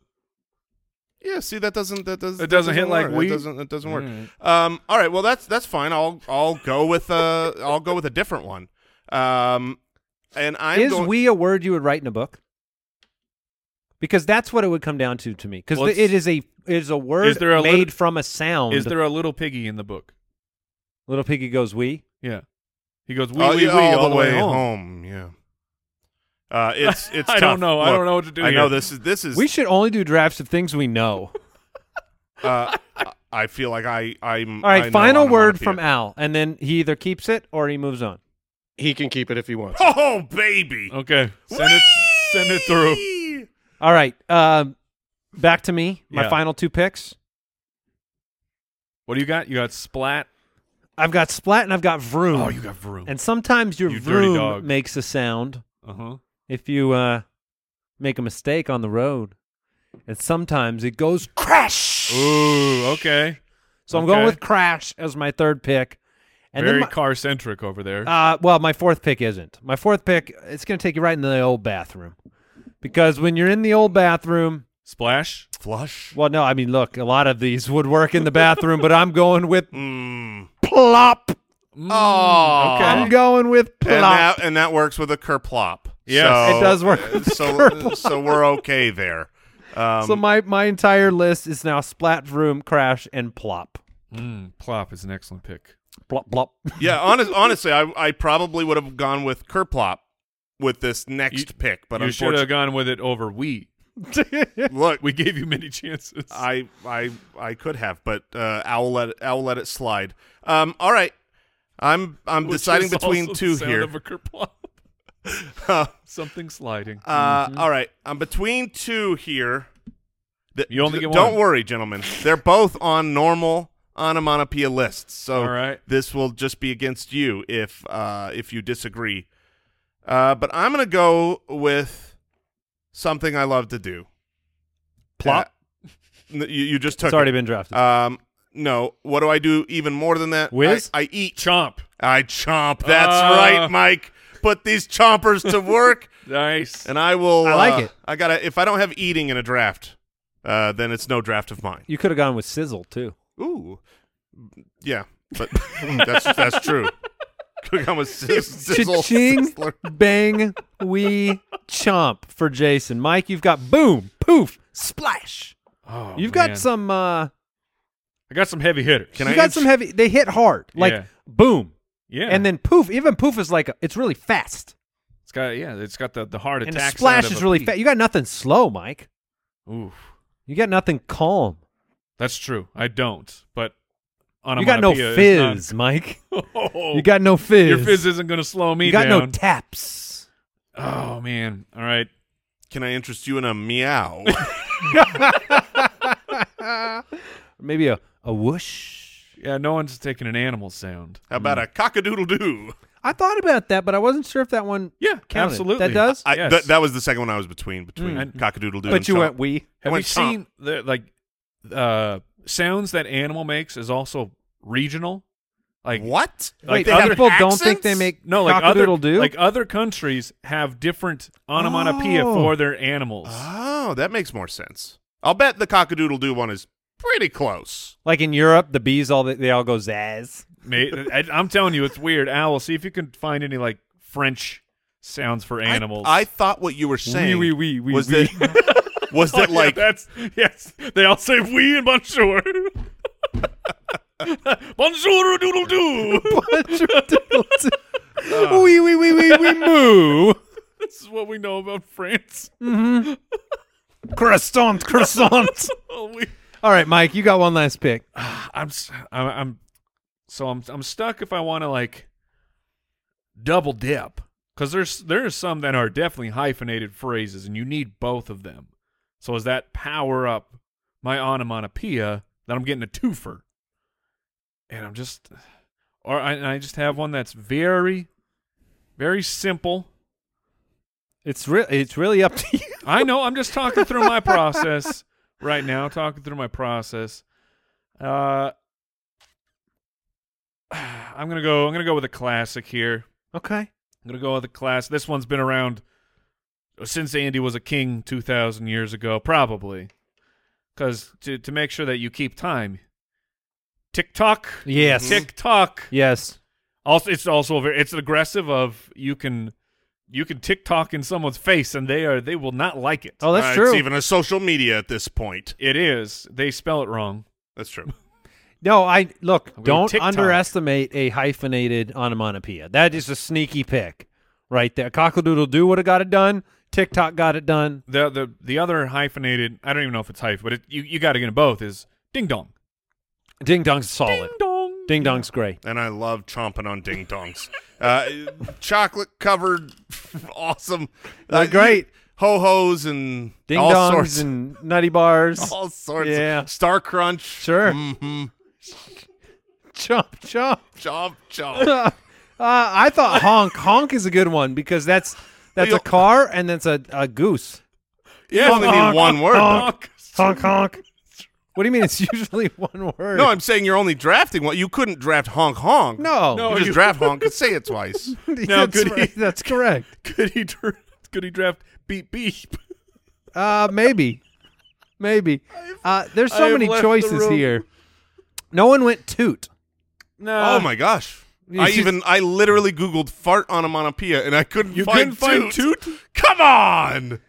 Speaker 3: yeah. See, that doesn't that does
Speaker 2: It doesn't hit like
Speaker 3: work.
Speaker 2: we-
Speaker 3: It doesn't it doesn't work.
Speaker 2: Mm.
Speaker 3: Um. All right. Well, that's that's fine. I'll I'll go with uh I'll go with a different one. Um. And I'm
Speaker 1: is
Speaker 3: going-
Speaker 1: we a word you would write in a book? Because that's what it would come down to to me. Because
Speaker 2: Well,
Speaker 1: it is a it is a word
Speaker 2: Is there a
Speaker 1: made
Speaker 2: lit-
Speaker 1: from a sound.
Speaker 2: Is there a little piggy in the book?
Speaker 1: little piggy goes we?
Speaker 2: Yeah. He goes wee
Speaker 3: Oh,
Speaker 2: wee
Speaker 3: yeah,
Speaker 2: wee all the way, home.
Speaker 3: Yeah. Uh, it's it's.
Speaker 2: I
Speaker 3: tough.
Speaker 2: don't know. I
Speaker 3: Look,
Speaker 2: don't know what to do
Speaker 3: I know
Speaker 2: here.
Speaker 3: this is this is.
Speaker 1: We should only do drafts of things we know.
Speaker 3: uh, I- I feel like I I'm.
Speaker 1: All
Speaker 3: I know
Speaker 1: right, final word
Speaker 3: onomatopoeia.
Speaker 1: from Al, and then he either keeps it or he moves on.
Speaker 5: He can keep it if he wants.
Speaker 3: Oh baby.
Speaker 2: Okay. Send it. Send it through.
Speaker 3: Whee!
Speaker 1: All right, um, back to me. My
Speaker 2: Yeah.
Speaker 1: final two picks.
Speaker 2: What do you got? You got splat.
Speaker 1: I've got splat and I've got vroom.
Speaker 2: Oh, you got vroom.
Speaker 1: and sometimes your
Speaker 2: You dirty dog.
Speaker 1: vroom makes a sound.
Speaker 2: Uh huh.
Speaker 1: if you uh, make a mistake on the road. And sometimes it goes crash.
Speaker 2: Ooh. Okay.
Speaker 1: So I'm going
Speaker 2: okay.
Speaker 1: with crash as my third pick. And
Speaker 2: Very
Speaker 1: then my,
Speaker 2: car centric over there.
Speaker 1: uh, well, my fourth pick isn't. My fourth pick, it's going to take you right into the old bathroom. Because when you're in the old bathroom,
Speaker 2: Splash.
Speaker 3: Flush.
Speaker 1: well, no, I mean, look, a lot of these would work in the bathroom, but I'm going with
Speaker 3: Mm.
Speaker 1: plop.
Speaker 3: Oh.
Speaker 2: okay.
Speaker 1: Mm, I'm going with plop.
Speaker 3: And that and that works with a kerplop.
Speaker 2: Yes.
Speaker 3: So,
Speaker 1: It does work
Speaker 3: uh,
Speaker 1: with a
Speaker 3: So
Speaker 1: kerplop.
Speaker 3: so we're okay there. Um,
Speaker 1: so my, my entire list is now splat, vroom, crash, and plop.
Speaker 2: Mm, plop is an excellent pick.
Speaker 1: Plop, plop.
Speaker 3: yeah. Honest, honestly, I I probably would have gone with kerplop with this next
Speaker 2: You-
Speaker 3: pick, but
Speaker 2: you should have
Speaker 3: unfortunately,
Speaker 2: gone with it over we.
Speaker 3: look,
Speaker 2: We gave you many chances.
Speaker 3: I I I could have, but uh, I'll let I'll let it slide. Um, all right, I'm I'm
Speaker 2: Which
Speaker 3: deciding
Speaker 2: is
Speaker 3: between
Speaker 2: also
Speaker 3: two
Speaker 2: the sound
Speaker 3: here.
Speaker 2: of a kerplop. Something sliding.
Speaker 3: uh,
Speaker 2: Mm-hmm.
Speaker 3: all right, I'm between two here. Th-
Speaker 2: You only
Speaker 3: d-
Speaker 2: get
Speaker 3: Don't
Speaker 2: one.
Speaker 3: worry, gentlemen. They're both on normal onomatopoeia lists, so
Speaker 2: All right.
Speaker 3: this will just be against you if uh, if you disagree. Uh, but I'm gonna go with something I love to do.
Speaker 1: Plop?
Speaker 3: Uh, n- you, you just took
Speaker 1: It's
Speaker 3: it.
Speaker 1: already been drafted.
Speaker 3: Um, no. What do I do even more than that?
Speaker 1: Whiz?
Speaker 3: I, I eat.
Speaker 2: Chomp.
Speaker 3: I chomp. That's
Speaker 2: Ah.
Speaker 3: right, Mike. Put these chompers to work,
Speaker 2: Nice.
Speaker 3: and I will.
Speaker 1: I like
Speaker 3: uh,
Speaker 1: it.
Speaker 3: I gotta. If I don't have eating in a draft, uh, then it's no draft of mine.
Speaker 1: You could have gone with sizzle too.
Speaker 3: Ooh. Yeah, but that's that's true. Could come with sizz- sizzle.
Speaker 1: Cha-ching,
Speaker 3: sizzler.
Speaker 1: bang, we chomp for Jason. Mike, you've got boom, poof, splash.
Speaker 2: Oh,
Speaker 1: you've
Speaker 2: man.
Speaker 1: got some. uh
Speaker 2: I got some heavy hitters.
Speaker 3: Can
Speaker 1: You
Speaker 3: I
Speaker 1: got
Speaker 3: ins-
Speaker 1: some heavy. They hit hard, like
Speaker 2: Yeah.
Speaker 1: boom,
Speaker 2: Yeah.
Speaker 1: and then poof. Even poof is like a, it's really fast,
Speaker 2: it's got yeah, it's got the the hard
Speaker 1: and the
Speaker 2: attack.
Speaker 1: splash
Speaker 2: sound of
Speaker 1: is
Speaker 2: a
Speaker 1: really
Speaker 2: beat.
Speaker 1: fast. You got nothing slow, Mike.
Speaker 2: Ooh,
Speaker 1: You got nothing calm.
Speaker 2: that's true. I don't, but on
Speaker 1: You got no fizz, Mike.
Speaker 2: oh,
Speaker 1: You got no fizz.
Speaker 2: your fizz isn't going to slow me
Speaker 1: You got
Speaker 2: down.
Speaker 1: no taps.
Speaker 2: oh man. All right.
Speaker 3: Can I interest you in a meow?
Speaker 1: Maybe a, a whoosh.
Speaker 2: Yeah, no one's taking an animal sound.
Speaker 3: How about a cockadoodle doo?
Speaker 1: I thought about that, but I wasn't sure if that one.
Speaker 2: Yeah,
Speaker 1: counted.
Speaker 2: absolutely.
Speaker 1: That does.
Speaker 3: I,
Speaker 2: Yes.
Speaker 3: th- that was the second one I was between between
Speaker 2: Mm.
Speaker 3: cockadoodle doo.
Speaker 1: but you went we.
Speaker 2: Have you
Speaker 3: went chomp.
Speaker 2: seen the like uh, sounds that animal makes is also regional? Like
Speaker 3: what?
Speaker 2: Like
Speaker 1: Wait,
Speaker 2: other
Speaker 1: people don't think they
Speaker 3: accents?
Speaker 1: make
Speaker 2: No, like
Speaker 1: cockadoodle
Speaker 2: other
Speaker 1: do.
Speaker 2: like other countries have different onomatopoeia
Speaker 1: Oh.
Speaker 2: for their animals.
Speaker 3: Oh, that makes more sense. I'll bet the cockadoodle doo one is pretty close.
Speaker 1: Like in Europe, the bees all they all go zazz.
Speaker 2: Mate, I, I'm telling you, it's weird. Owl, see if you can find any like French sounds for
Speaker 3: I-
Speaker 2: animals.
Speaker 3: I, thought what you were saying
Speaker 2: oui, oui, oui,
Speaker 3: was
Speaker 2: oui.
Speaker 3: that was that
Speaker 2: Oh, yeah,
Speaker 3: like
Speaker 2: that's yes. They all say we and bonjour. bonjour doodle doo.
Speaker 1: Wee wee wee wee wee moo. Mm-hmm.
Speaker 2: this is what we know about France.
Speaker 1: Croissant, croissant.
Speaker 2: Oh, we-
Speaker 1: All right, Mike, you got one last pick.
Speaker 2: I'm s- I'm I'm so I'm I'm stuck if I want to like double dip because there's there's some that are definitely hyphenated phrases and you need both of them. So is that power up my onomatopoeia that I'm getting a twofer? And I'm just, or I, and I just have one that's very, very simple.
Speaker 1: It's re- it's really up to you.
Speaker 2: I know. I'm just talking through my process right now. Talking through my process. Uh, I'm gonna go. I'm gonna go with a classic here.
Speaker 1: Okay.
Speaker 2: I'm gonna go with a class. This one's been around since Andy was a king two thousand years ago, probably. Because to to make sure that you keep time. TikTok.
Speaker 1: Yes.
Speaker 2: TikTok.
Speaker 1: Yes.
Speaker 2: Also, it's also very, it's aggressive. Of you can you can TikTok in someone's face and they are they will not like it.
Speaker 1: Oh, that's
Speaker 3: Uh,
Speaker 1: true.
Speaker 3: It's even a social media at this point.
Speaker 2: It is. They spell it wrong.
Speaker 3: That's true.
Speaker 1: no, I look.
Speaker 2: gonna
Speaker 1: Don't
Speaker 2: TikTok.
Speaker 1: underestimate a hyphenated onomatopoeia. That is a sneaky pick, right there. Cockledoodle do would have got it done. TikTok got it done.
Speaker 2: The the the other hyphenated. I don't even know if it's hyphen, but it, you you got to get them both. Is ding dong.
Speaker 1: Ding dong's solid.
Speaker 2: dong.
Speaker 1: Ding dong's great.
Speaker 3: And I love chomping on ding dongs. uh, chocolate covered, awesome.
Speaker 1: They're great.
Speaker 3: Ho hos and
Speaker 1: Ding
Speaker 3: all
Speaker 1: dongs
Speaker 3: sorts.
Speaker 1: and nutty bars.
Speaker 3: all sorts.
Speaker 1: Yeah.
Speaker 3: Star Crunch.
Speaker 1: Sure.
Speaker 3: hmm
Speaker 1: Mm-hmm. Chomp chomp.
Speaker 3: Chomp, chomp.
Speaker 1: Uh, I thought honk honk is a good one because that's that's a
Speaker 3: You'll-
Speaker 1: car and that's a, a goose.
Speaker 3: You only need one word. though.
Speaker 1: Honk honk. What do you mean? It's usually one word.
Speaker 3: No, I'm saying you're only drafting one. You couldn't draft honk honk.
Speaker 1: no.
Speaker 3: You
Speaker 2: No.
Speaker 3: just
Speaker 2: you-
Speaker 3: draft honk and say it twice.
Speaker 2: No,
Speaker 1: that's,
Speaker 2: good
Speaker 1: right.
Speaker 2: e-
Speaker 1: that's correct.
Speaker 2: Could he dra- could he draft beep beep?
Speaker 1: Uh, maybe, maybe. Uh, there's
Speaker 2: I
Speaker 1: so
Speaker 2: have
Speaker 1: many
Speaker 2: left the
Speaker 1: choices
Speaker 2: room.
Speaker 1: here. No one went toot.
Speaker 2: No.
Speaker 3: oh my gosh. I
Speaker 1: just-
Speaker 3: even I literally googled fart onomatopoeia and I couldn't
Speaker 2: You
Speaker 3: find
Speaker 2: couldn't find
Speaker 3: toot. Come on.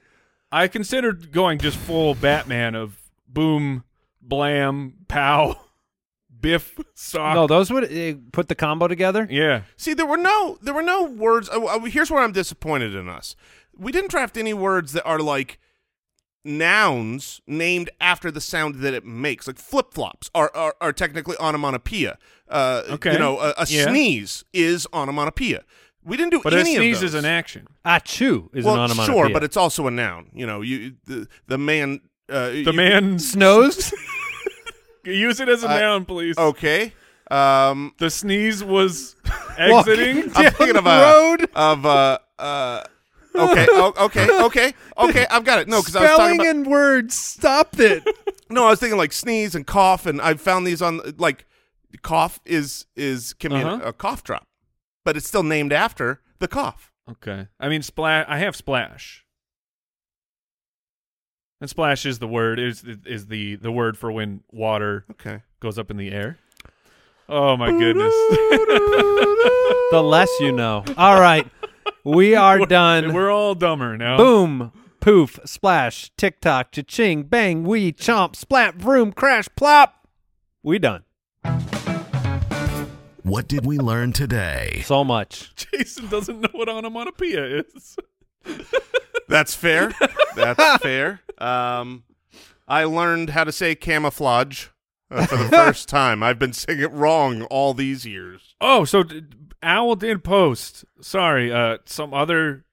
Speaker 2: I considered going just full Batman of boom, blam, pow, biff, sock.
Speaker 1: No, those would uh, put the combo together.
Speaker 2: Ah. yeah.
Speaker 3: See, there were no there were no words. Uh, uh, here's where I'm disappointed in us. We didn't draft any words that are like nouns named after the sound that it makes. Like flip flops are, are are technically onomatopoeia. Uh,
Speaker 2: Okay.
Speaker 3: You know, a, a
Speaker 2: Yeah.
Speaker 3: sneeze is onomatopoeia. We didn't do
Speaker 2: But a
Speaker 3: any
Speaker 2: sneeze
Speaker 3: of
Speaker 2: is
Speaker 3: those.
Speaker 2: an action.
Speaker 1: Achoo Ah, is
Speaker 3: well,
Speaker 1: an onomatopoeia.
Speaker 3: sure, but it's also a noun. You know, you the, the man. Uh,
Speaker 2: The man
Speaker 1: snows. oh.
Speaker 2: use it as a
Speaker 3: I-
Speaker 2: noun, please.
Speaker 3: Okay. Um,
Speaker 2: The sneeze was
Speaker 1: Walking
Speaker 2: exiting.
Speaker 3: I'm
Speaker 1: down
Speaker 3: thinking of
Speaker 1: the
Speaker 3: a
Speaker 1: road.
Speaker 3: of uh uh okay o- okay okay okay I've got it no because I was talking
Speaker 1: Spelling
Speaker 3: about
Speaker 1: and words. Stop it.
Speaker 3: no I was thinking like sneeze and cough and I found these on like cough is is can be an-
Speaker 2: Uh-huh.
Speaker 3: a cough drop but it's still named after the cough
Speaker 2: Okay. I mean, splash. I have splash. And splash is the word is is the the word for when water
Speaker 3: okay
Speaker 2: goes up in the air. Oh my goodness.
Speaker 1: The less you know. All right, we are done.
Speaker 2: We're all dumber now.
Speaker 1: Boom, poof, splash, tick tock, cha ching, bang, wee, chomp, splat, vroom, crash, plop. We done.
Speaker 4: What did we learn today?
Speaker 1: So much.
Speaker 2: Jason doesn't know what onomatopoeia is.
Speaker 3: that's fair that's fair um I learned how to say camouflage uh, for the first time I've been saying it wrong all these years
Speaker 2: Oh, so d- Owl did post. Sorry, uh, some other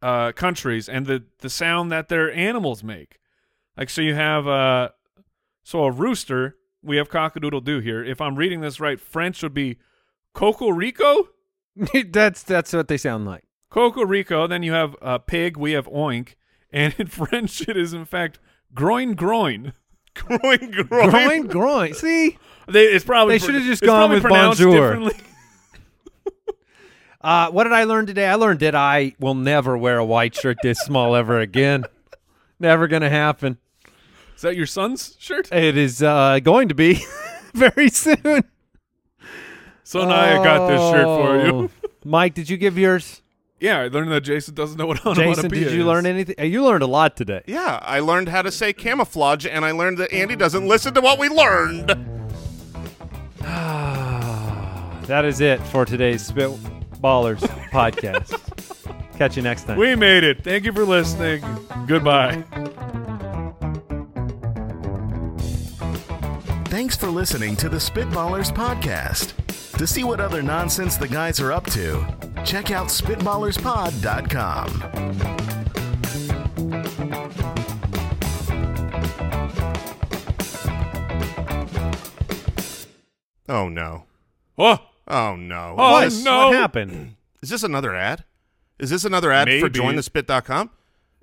Speaker 2: uh, countries and the the sound that their animals make. Like so, you have uh, so a rooster. We have cockadoodle doo here. If I'm reading this right, French would be cocorico.
Speaker 1: that's that's what they sound like.
Speaker 2: Cocorico. Then you have uh, pig. We have oink. And in French, it is in fact groin groin.
Speaker 3: groin groin.
Speaker 1: Groin, groin. See,
Speaker 2: They, it's probably
Speaker 1: They should have just
Speaker 2: it's
Speaker 1: gone
Speaker 2: probably
Speaker 1: with
Speaker 2: pronounced
Speaker 1: bonjour.
Speaker 2: differently.
Speaker 1: uh, what did I learn today? I learned that I will never wear a white shirt this small ever again. Never gonna happen.
Speaker 2: Is that your son's shirt?
Speaker 1: It is uh, going to be very soon.
Speaker 2: Son, I got this shirt for you.
Speaker 1: Oh. Mike, did you give yours?
Speaker 2: Yeah, I learned that Jason doesn't know what onomatopoeia
Speaker 1: Oh. Jason, did
Speaker 2: is.
Speaker 1: you learn anything? Uh, You learned a lot today.
Speaker 3: Yeah, I learned how to say camouflage, and I learned that Andy doesn't listen to what we learned.
Speaker 1: that is it for today's Spitballers podcast. Catch you next time.
Speaker 2: We made it. Thank you for listening. Goodbye.
Speaker 4: Thanks for listening to the Spitballers Podcast. To see what other nonsense the guys are up to, check out SpitballersPod.com.
Speaker 3: Oh no.
Speaker 2: Oh,
Speaker 3: Oh no.
Speaker 2: oh
Speaker 3: Is this,
Speaker 2: no.
Speaker 1: What happened?
Speaker 3: is this another ad? Is this another ad for
Speaker 2: Maybe.
Speaker 3: jointhespit.com?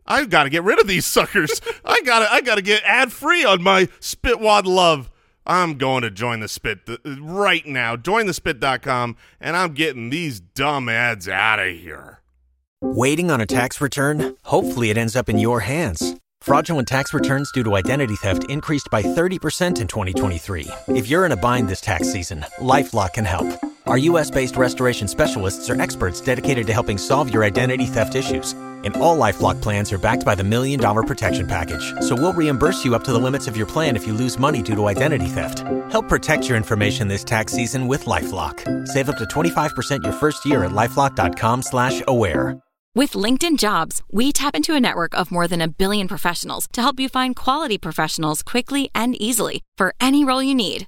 Speaker 3: I got to get rid of these suckers. I got to I got to get ad free on my spitwad love. I'm going to join the spit th- right now. Jointhespit.com and I'm getting these dumb ads out of here.
Speaker 10: Waiting on a tax return? Hopefully, it ends up in your hands. Fraudulent tax returns due to identity theft increased by 30% in 2023. If you're in a bind this tax season, LifeLock can help. Our U.S. based restoration specialists are experts dedicated to helping solve your identity theft issues. And all LifeLock plans are backed by the Million Dollar Protection Package. So we'll reimburse you up to the limits of your plan if you lose money due to identity theft. Help protect your information this tax season with LifeLock. Save up to 25% your first year at LifeLock.com slash aware.
Speaker 11: With LinkedIn Jobs, we tap into a network of more than a billion professionals to help you find quality professionals quickly and easily for any role you need.